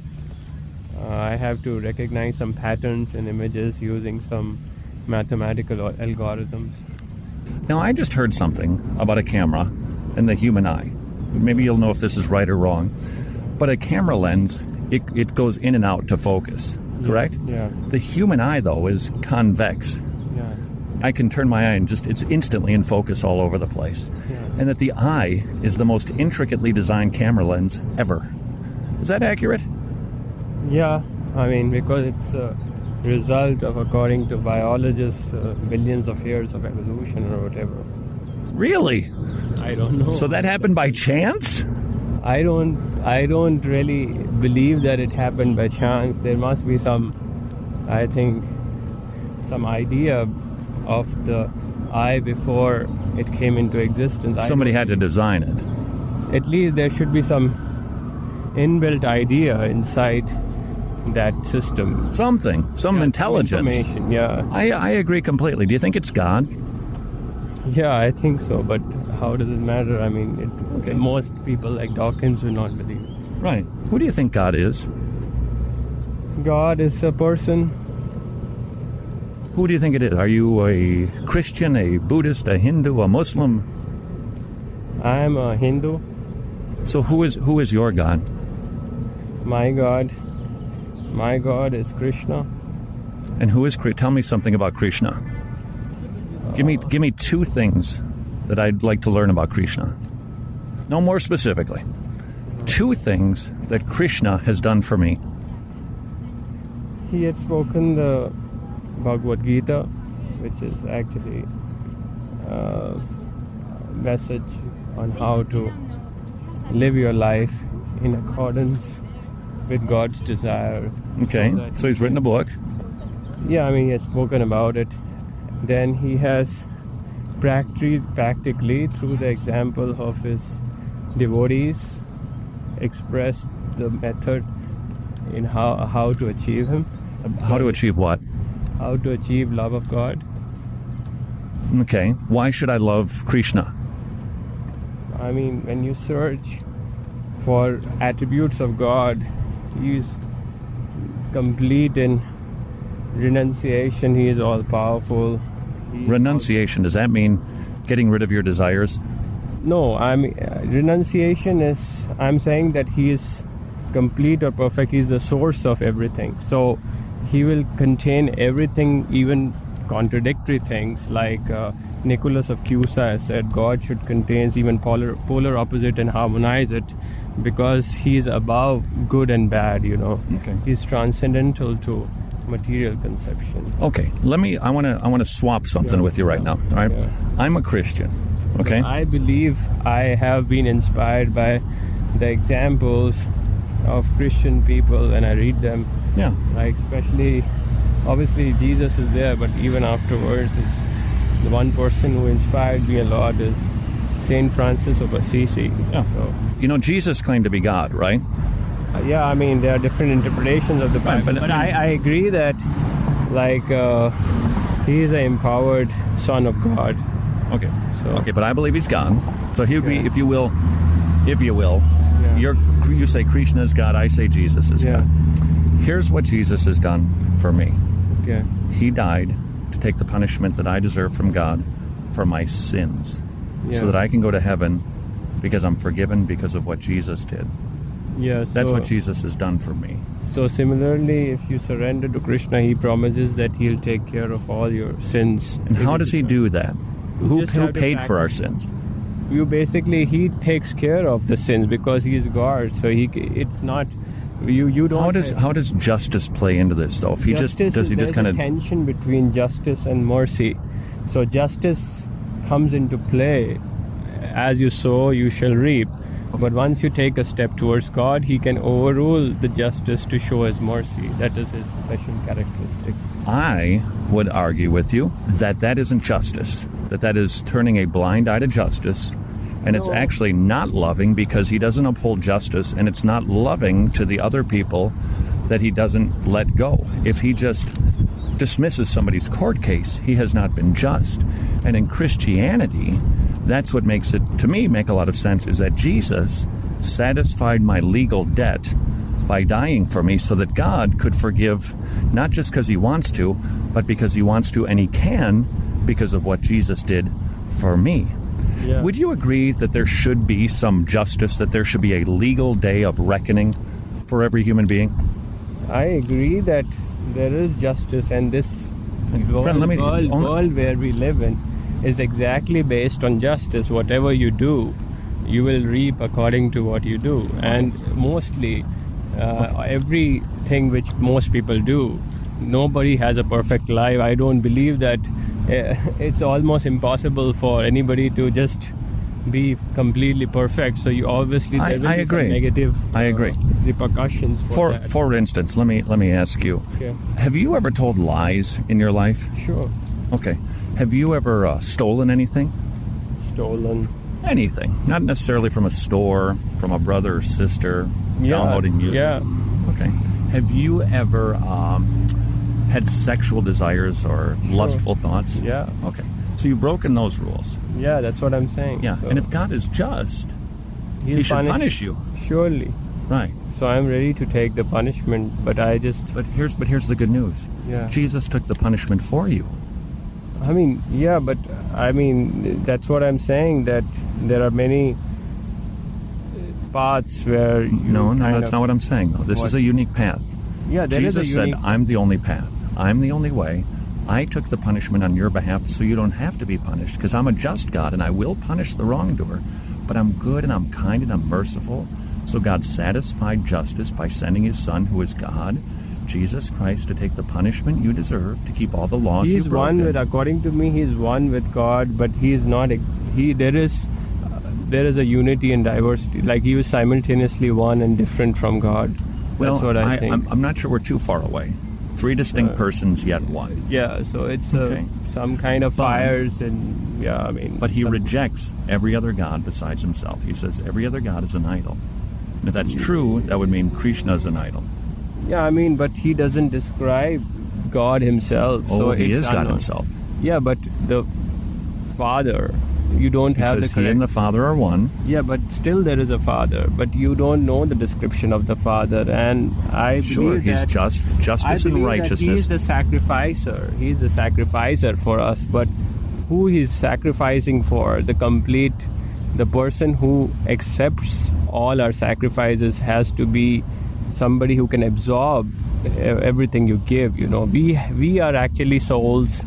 [SPEAKER 4] uh, I have to recognize some patterns in images using some mathematical al- algorithms.
[SPEAKER 12] Now, I just heard something about a camera and the human eye. Maybe you'll know if this is right or wrong. But a camera lens, it, it goes in and out to focus, correct?
[SPEAKER 4] Yeah.
[SPEAKER 12] The human eye, though, is convex.
[SPEAKER 4] Yeah.
[SPEAKER 6] I can turn my eye and just it's instantly in focus all over the place. And that the eye is the most intricately designed camera lens ever. Is that accurate?
[SPEAKER 12] Yeah, I mean, because it's a result of, according to biologists, uh, billions of years of evolution or whatever.
[SPEAKER 6] Really?
[SPEAKER 12] I don't
[SPEAKER 4] Oh.
[SPEAKER 12] know.
[SPEAKER 6] So that happened by chance?
[SPEAKER 12] I don't. I don't really believe that it happened by chance. There must be some. I think some idea of the eye before it came into existence. I
[SPEAKER 6] Somebody had to design it.
[SPEAKER 12] at least there should be some inbuilt idea inside that system.
[SPEAKER 6] Something, some intelligence.
[SPEAKER 12] Information, yeah.
[SPEAKER 6] I, I agree completely. Do you think it's God?
[SPEAKER 12] Yeah, I think so, but how does it matter? I mean, it, most people like Dawkins will not believe.
[SPEAKER 6] Right. Who do you think God is?
[SPEAKER 12] God is a person.
[SPEAKER 6] Who do you think it is? Are you a Christian, a Buddhist, a Hindu, a Muslim?
[SPEAKER 12] I am a Hindu.
[SPEAKER 6] So who is who is your God?
[SPEAKER 12] My God, my God is Krishna.
[SPEAKER 6] And who is Kri- tell me something about Krishna? Give me give me two things that I'd like to learn about Krishna. No more specifically. Two things that Krishna has done for me.
[SPEAKER 12] He had spoken the Bhagavad Gita, which is actually a message on how to live your life in accordance with God's desire.
[SPEAKER 6] Okay.
[SPEAKER 12] So that-
[SPEAKER 6] So he's written a book.
[SPEAKER 12] yeah, I mean, he has spoken about it. Then he has practically, practically through the example of his devotees, expressed the method in how, how to achieve him,
[SPEAKER 6] How to achieve what?
[SPEAKER 12] how to achieve love of God.
[SPEAKER 6] Okay. Why should I love Krishna?
[SPEAKER 12] I mean, when you search for attributes of God, He is complete in renunciation, He is all powerful.
[SPEAKER 6] Renunciation, does that mean getting rid of your desires?
[SPEAKER 12] No, I'm uh, renunciation is I'm saying that he is complete or perfect. He's the source of everything. So he will contain everything, even contradictory things. Like uh, Nicholas of Cusa has said, God should contains even polar polar opposite and harmonize it, because he is above good and bad. You know, he's transcendental to material conception.
[SPEAKER 6] Okay, let me I want to I want to swap something with you right now. All right? I'm a Christian. Okay?
[SPEAKER 12] I believe I have been inspired by the examples of Christian people and I read them.
[SPEAKER 6] Yeah.
[SPEAKER 12] Like especially obviously Jesus is there, but even afterwards it's the one person who inspired me a lot is Saint Francis of Assisi. Yeah. So
[SPEAKER 6] You know Jesus claimed to be God, right?
[SPEAKER 12] uh, yeah, I mean there are different interpretations of the Bible, but, I, I agree that like uh, he is an empowered son of God.
[SPEAKER 6] Okay. So Okay, but I believe he's God. So he would be if you will if you will. You're, you say Krishna is God, I say Jesus is God. Here's what Jesus has done for me.
[SPEAKER 12] Okay.
[SPEAKER 6] He died to take the punishment that I deserve from God for my sins
[SPEAKER 12] Yeah.
[SPEAKER 6] so that I can go to heaven because I'm forgiven because of what Jesus did.
[SPEAKER 12] Yeah,
[SPEAKER 6] That's what
[SPEAKER 12] so-
[SPEAKER 6] Jesus has done for me.
[SPEAKER 12] So similarly, if you surrender to Krishna, he promises that he'll take care of all your sins.
[SPEAKER 6] And how does he do that? Who,
[SPEAKER 12] just
[SPEAKER 6] who
[SPEAKER 12] have to
[SPEAKER 6] paid for our
[SPEAKER 12] practice.
[SPEAKER 6] sins?
[SPEAKER 12] You basically he takes care of the sins because he is God. So he it's not you you don't.
[SPEAKER 6] How does how does justice play into this though? If he
[SPEAKER 12] Justice
[SPEAKER 6] just does
[SPEAKER 12] is-
[SPEAKER 6] he
[SPEAKER 12] there's
[SPEAKER 6] just kind
[SPEAKER 12] a
[SPEAKER 6] of
[SPEAKER 12] tension between justice and mercy. So justice comes into play. As you sow, you shall reap. But once you take a step towards God, He can overrule the justice to show His mercy. That is His special characteristic.
[SPEAKER 6] I would argue with you that that isn't justice. That that is turning a blind eye to justice, and it's
[SPEAKER 12] No.
[SPEAKER 6] actually not loving because he doesn't uphold justice, and it's not loving to the other people that he doesn't let go. If he just dismisses somebody's court case, he has not been just. And in Christianity, that's what makes it to me make a lot of sense is that Jesus satisfied my legal debt by dying for me so that God could forgive not just because he wants to, but because he wants to and he can because of what Jesus did for me.
[SPEAKER 12] Yeah.
[SPEAKER 6] Would you agree that there should be some justice, that there should be a legal day of reckoning for every human being?
[SPEAKER 12] I agree that there is justice, and this world,
[SPEAKER 6] Friend, let me-
[SPEAKER 12] world,
[SPEAKER 6] only-
[SPEAKER 12] world where we live in is exactly based on justice. Whatever you do, you will reap according to what you do. And mostly, uh, everything which most people do, nobody has a perfect life. I don't believe that uh, it's almost impossible for anybody to just be completely perfect. So you obviously there
[SPEAKER 6] I,
[SPEAKER 12] will
[SPEAKER 6] I
[SPEAKER 12] be some
[SPEAKER 6] agree.
[SPEAKER 12] negative
[SPEAKER 6] I agree.
[SPEAKER 12] repercussions for,
[SPEAKER 6] For
[SPEAKER 12] that.
[SPEAKER 6] for instance, let me let me ask you:
[SPEAKER 12] Okay.
[SPEAKER 6] Have you ever told lies in your life?
[SPEAKER 12] Sure.
[SPEAKER 6] Okay. Have you ever uh, stolen anything?
[SPEAKER 12] Stolen.
[SPEAKER 6] Anything, not necessarily from a store, from a brother or sister, downloading music.
[SPEAKER 12] yeah.
[SPEAKER 6] Okay. Have you ever um, had sexual desires or
[SPEAKER 12] Sure.
[SPEAKER 6] lustful thoughts?
[SPEAKER 12] Yeah.
[SPEAKER 6] Okay. So you've broken those rules.
[SPEAKER 12] Yeah, that's what I'm saying.
[SPEAKER 6] Yeah.
[SPEAKER 12] So
[SPEAKER 6] And if God is just,
[SPEAKER 12] he'll
[SPEAKER 6] He should punish you.
[SPEAKER 12] Surely.
[SPEAKER 6] Right.
[SPEAKER 12] So I'm ready to take the punishment, but I just.
[SPEAKER 6] But here's but here's the good news.
[SPEAKER 12] Yeah.
[SPEAKER 6] Jesus took the punishment for you.
[SPEAKER 12] I mean, yeah, but I mean, that's what I'm saying. That there are many paths where you
[SPEAKER 6] No, no,
[SPEAKER 12] kind
[SPEAKER 6] that's
[SPEAKER 12] of-
[SPEAKER 6] not what I'm saying. Though. This
[SPEAKER 12] What?
[SPEAKER 6] is a unique path.
[SPEAKER 12] Yeah, there is
[SPEAKER 6] Jesus
[SPEAKER 12] a
[SPEAKER 6] said,
[SPEAKER 12] unique-
[SPEAKER 6] "I'm the only path. I'm the only way. I took the punishment on your behalf, so you don't have to be punished, because I'm a just God and I will punish the wrongdoer. But I'm good and I'm kind and I'm merciful. So God satisfied justice by sending His Son, who is God, Jesus Christ, to take the punishment you deserve, to keep all the laws
[SPEAKER 12] He's
[SPEAKER 6] you broken.
[SPEAKER 12] one with, according to me, he's one with God, but he's not. ex- He there is, uh, there is a unity and diversity. Like he was simultaneously one and different from God.
[SPEAKER 6] well,
[SPEAKER 12] that's what I, think. Uh,
[SPEAKER 6] I'm, I'm not sure we're too far away. Three distinct persons, yet one.
[SPEAKER 12] yeah, so it's uh,
[SPEAKER 6] Okay.
[SPEAKER 12] some kind of fires and yeah, I mean.
[SPEAKER 6] But he rejects every other god besides himself. He says every other god is an idol. And if that's true, that would mean Krishna is an idol.
[SPEAKER 12] Yeah, I mean, but he doesn't describe God himself.
[SPEAKER 6] Oh,
[SPEAKER 12] so
[SPEAKER 6] he
[SPEAKER 12] it's
[SPEAKER 6] is God
[SPEAKER 12] unknown.
[SPEAKER 6] himself.
[SPEAKER 12] Yeah, but the Father, you don't
[SPEAKER 6] He
[SPEAKER 12] have the
[SPEAKER 6] says he
[SPEAKER 12] correct.
[SPEAKER 6] and the Father are one.
[SPEAKER 12] yeah, but still there is a Father, but you don't know the description of the Father, and I
[SPEAKER 6] Sure,
[SPEAKER 12] believe
[SPEAKER 6] he's
[SPEAKER 12] that
[SPEAKER 6] just justice
[SPEAKER 12] I believe
[SPEAKER 6] and
[SPEAKER 12] That he
[SPEAKER 6] righteousness.
[SPEAKER 12] is the sacrificer. He is the sacrificer for us, but who he's sacrificing for? The complete, the person who accepts all our sacrifices has to be somebody who can absorb e- everything you give. You know, we we are actually souls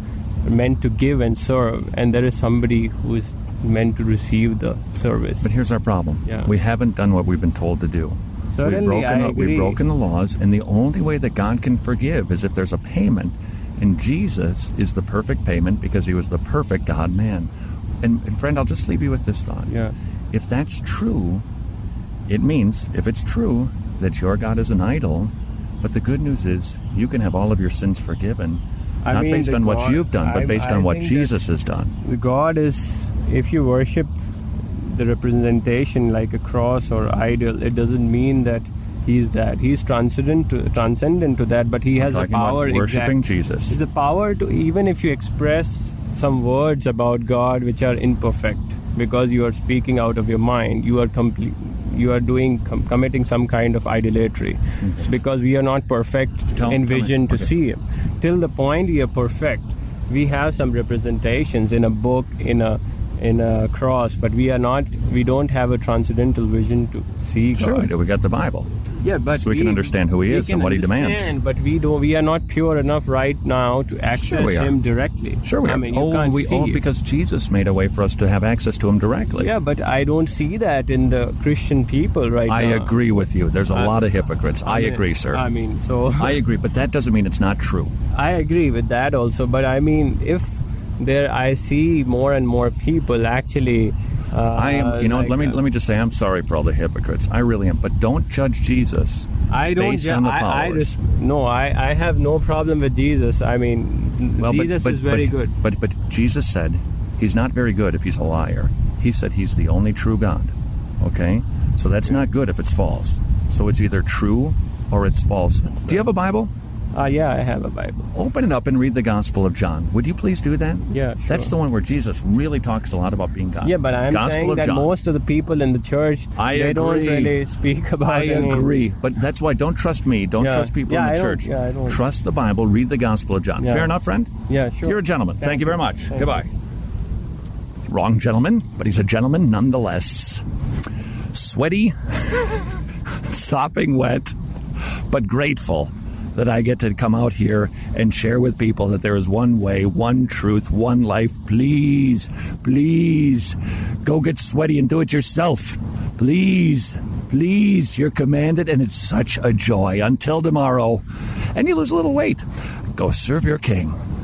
[SPEAKER 12] meant to give and serve, and there is somebody who is meant to receive the service.
[SPEAKER 6] But here's our problem.
[SPEAKER 12] Yeah.
[SPEAKER 6] We haven't done what we've been told to do.
[SPEAKER 12] Certainly,
[SPEAKER 6] we've broken
[SPEAKER 12] I
[SPEAKER 6] the- we've
[SPEAKER 12] agree.
[SPEAKER 6] broken the laws, and the only way that God can forgive is if there's a payment. And Jesus is the perfect payment because he was the perfect God man. And, and friend, I'll just leave you with this thought.
[SPEAKER 12] Yeah.
[SPEAKER 6] If that's true, it means, if it's true, that your God is an idol. But the good news is you can have all of your sins forgiven,
[SPEAKER 12] I
[SPEAKER 6] not
[SPEAKER 12] mean,
[SPEAKER 6] based
[SPEAKER 12] the
[SPEAKER 6] on what
[SPEAKER 12] God-
[SPEAKER 6] you've done, but
[SPEAKER 12] I-
[SPEAKER 6] based
[SPEAKER 12] I
[SPEAKER 6] on what
[SPEAKER 12] think that-
[SPEAKER 6] Jesus has done.
[SPEAKER 12] The God is, if you worship the representation like a cross or idol, it doesn't mean that he's that. He's transcendent to, transcendent to that, but he
[SPEAKER 6] I'm
[SPEAKER 12] has a
[SPEAKER 6] talking about
[SPEAKER 12] power.
[SPEAKER 6] worshiping Jesus.
[SPEAKER 12] He's a power to, even if you express some words about God which are imperfect, because you are speaking out of your mind, you are complete. You are doing com- committing some kind of idolatry, It's
[SPEAKER 6] Mm-hmm.
[SPEAKER 12] because we are not perfect
[SPEAKER 6] Tell-
[SPEAKER 12] in
[SPEAKER 6] tell me.
[SPEAKER 12] vision to
[SPEAKER 6] Okay.
[SPEAKER 12] see him. Till the point we are perfect, we have some representations in a book, in a in a cross, but we are not. We don't have a transcendental vision to see God.
[SPEAKER 6] Sure, we got the Bible.
[SPEAKER 12] Yeah, but
[SPEAKER 6] So we can understand who he
[SPEAKER 12] we
[SPEAKER 6] is and
[SPEAKER 12] can
[SPEAKER 6] what he demands.
[SPEAKER 12] understand, But we don't. We are not pure enough right now to access
[SPEAKER 6] we are.
[SPEAKER 12] him directly.
[SPEAKER 6] Sure, we
[SPEAKER 12] I
[SPEAKER 6] are.
[SPEAKER 12] mean, you
[SPEAKER 6] oh,
[SPEAKER 12] can't
[SPEAKER 6] we,
[SPEAKER 12] see
[SPEAKER 6] oh,
[SPEAKER 12] it.
[SPEAKER 6] because Jesus made a way for us to have access to him directly.
[SPEAKER 12] Yeah, but I don't see that in the Christian people right
[SPEAKER 6] I
[SPEAKER 12] now.
[SPEAKER 6] agree with you. There's a
[SPEAKER 12] I-
[SPEAKER 6] lot of hypocrites. I,
[SPEAKER 12] I mean-
[SPEAKER 6] agree, sir.
[SPEAKER 12] Uh, I mean, so-
[SPEAKER 6] I agree, but that doesn't mean it's not true.
[SPEAKER 12] I agree with that also, but I mean, if there, I see more and more people actually. Uh,
[SPEAKER 6] I am, you know,
[SPEAKER 12] like,
[SPEAKER 6] let me
[SPEAKER 12] uh,
[SPEAKER 6] let me just say, I'm sorry for all the hypocrites. I really am. But don't judge Jesus.
[SPEAKER 12] I don't.
[SPEAKER 6] based
[SPEAKER 12] ju-
[SPEAKER 6] on the
[SPEAKER 12] I- I, res-
[SPEAKER 6] followers.
[SPEAKER 12] no, I, I have no problem with Jesus. I mean,
[SPEAKER 6] Well, but-
[SPEAKER 12] Jesus
[SPEAKER 6] but-
[SPEAKER 12] is very
[SPEAKER 6] but-
[SPEAKER 12] good.
[SPEAKER 6] But but Jesus said he's not very good if he's a liar. He said he's the only true God. Okay, so that's not good if it's false. So it's either true or it's false. Do you have a Bible?
[SPEAKER 12] Uh, yeah, I have a Bible.
[SPEAKER 6] Open it up and read the Gospel of John. Would you please do that?
[SPEAKER 12] Yeah,
[SPEAKER 6] That's
[SPEAKER 12] sure.
[SPEAKER 6] the one where Jesus really talks a lot about being God.
[SPEAKER 12] Yeah, but I'm
[SPEAKER 6] Gospel
[SPEAKER 12] saying
[SPEAKER 6] of
[SPEAKER 12] that
[SPEAKER 6] John.
[SPEAKER 12] most of the people in the church
[SPEAKER 6] I
[SPEAKER 12] they
[SPEAKER 6] agree.
[SPEAKER 12] don't really speak about.
[SPEAKER 6] I
[SPEAKER 12] any-
[SPEAKER 6] agree, but that's why don't trust me. Don't
[SPEAKER 12] Yeah.
[SPEAKER 6] trust people
[SPEAKER 12] Yeah,
[SPEAKER 6] in
[SPEAKER 12] I
[SPEAKER 6] the
[SPEAKER 12] don't-
[SPEAKER 6] church.
[SPEAKER 12] yeah, I don't.
[SPEAKER 6] Trust the Bible. Read the Gospel of John.
[SPEAKER 12] Yeah.
[SPEAKER 6] Fair enough, friend.
[SPEAKER 12] Yeah, sure.
[SPEAKER 6] You're a gentleman.
[SPEAKER 12] Thank
[SPEAKER 6] Thank, you very
[SPEAKER 12] you.
[SPEAKER 6] much.
[SPEAKER 12] Thank
[SPEAKER 6] Goodbye. Wrong gentleman, but he's a gentleman nonetheless. Sweaty, sopping wet, but grateful that I get to come out here and share with people that there is one way, one truth, one life. Please, please go get sweaty and do it yourself. Please, please, you're commanded, and it's such a joy. Until tomorrow, and you lose a little weight, go serve your king.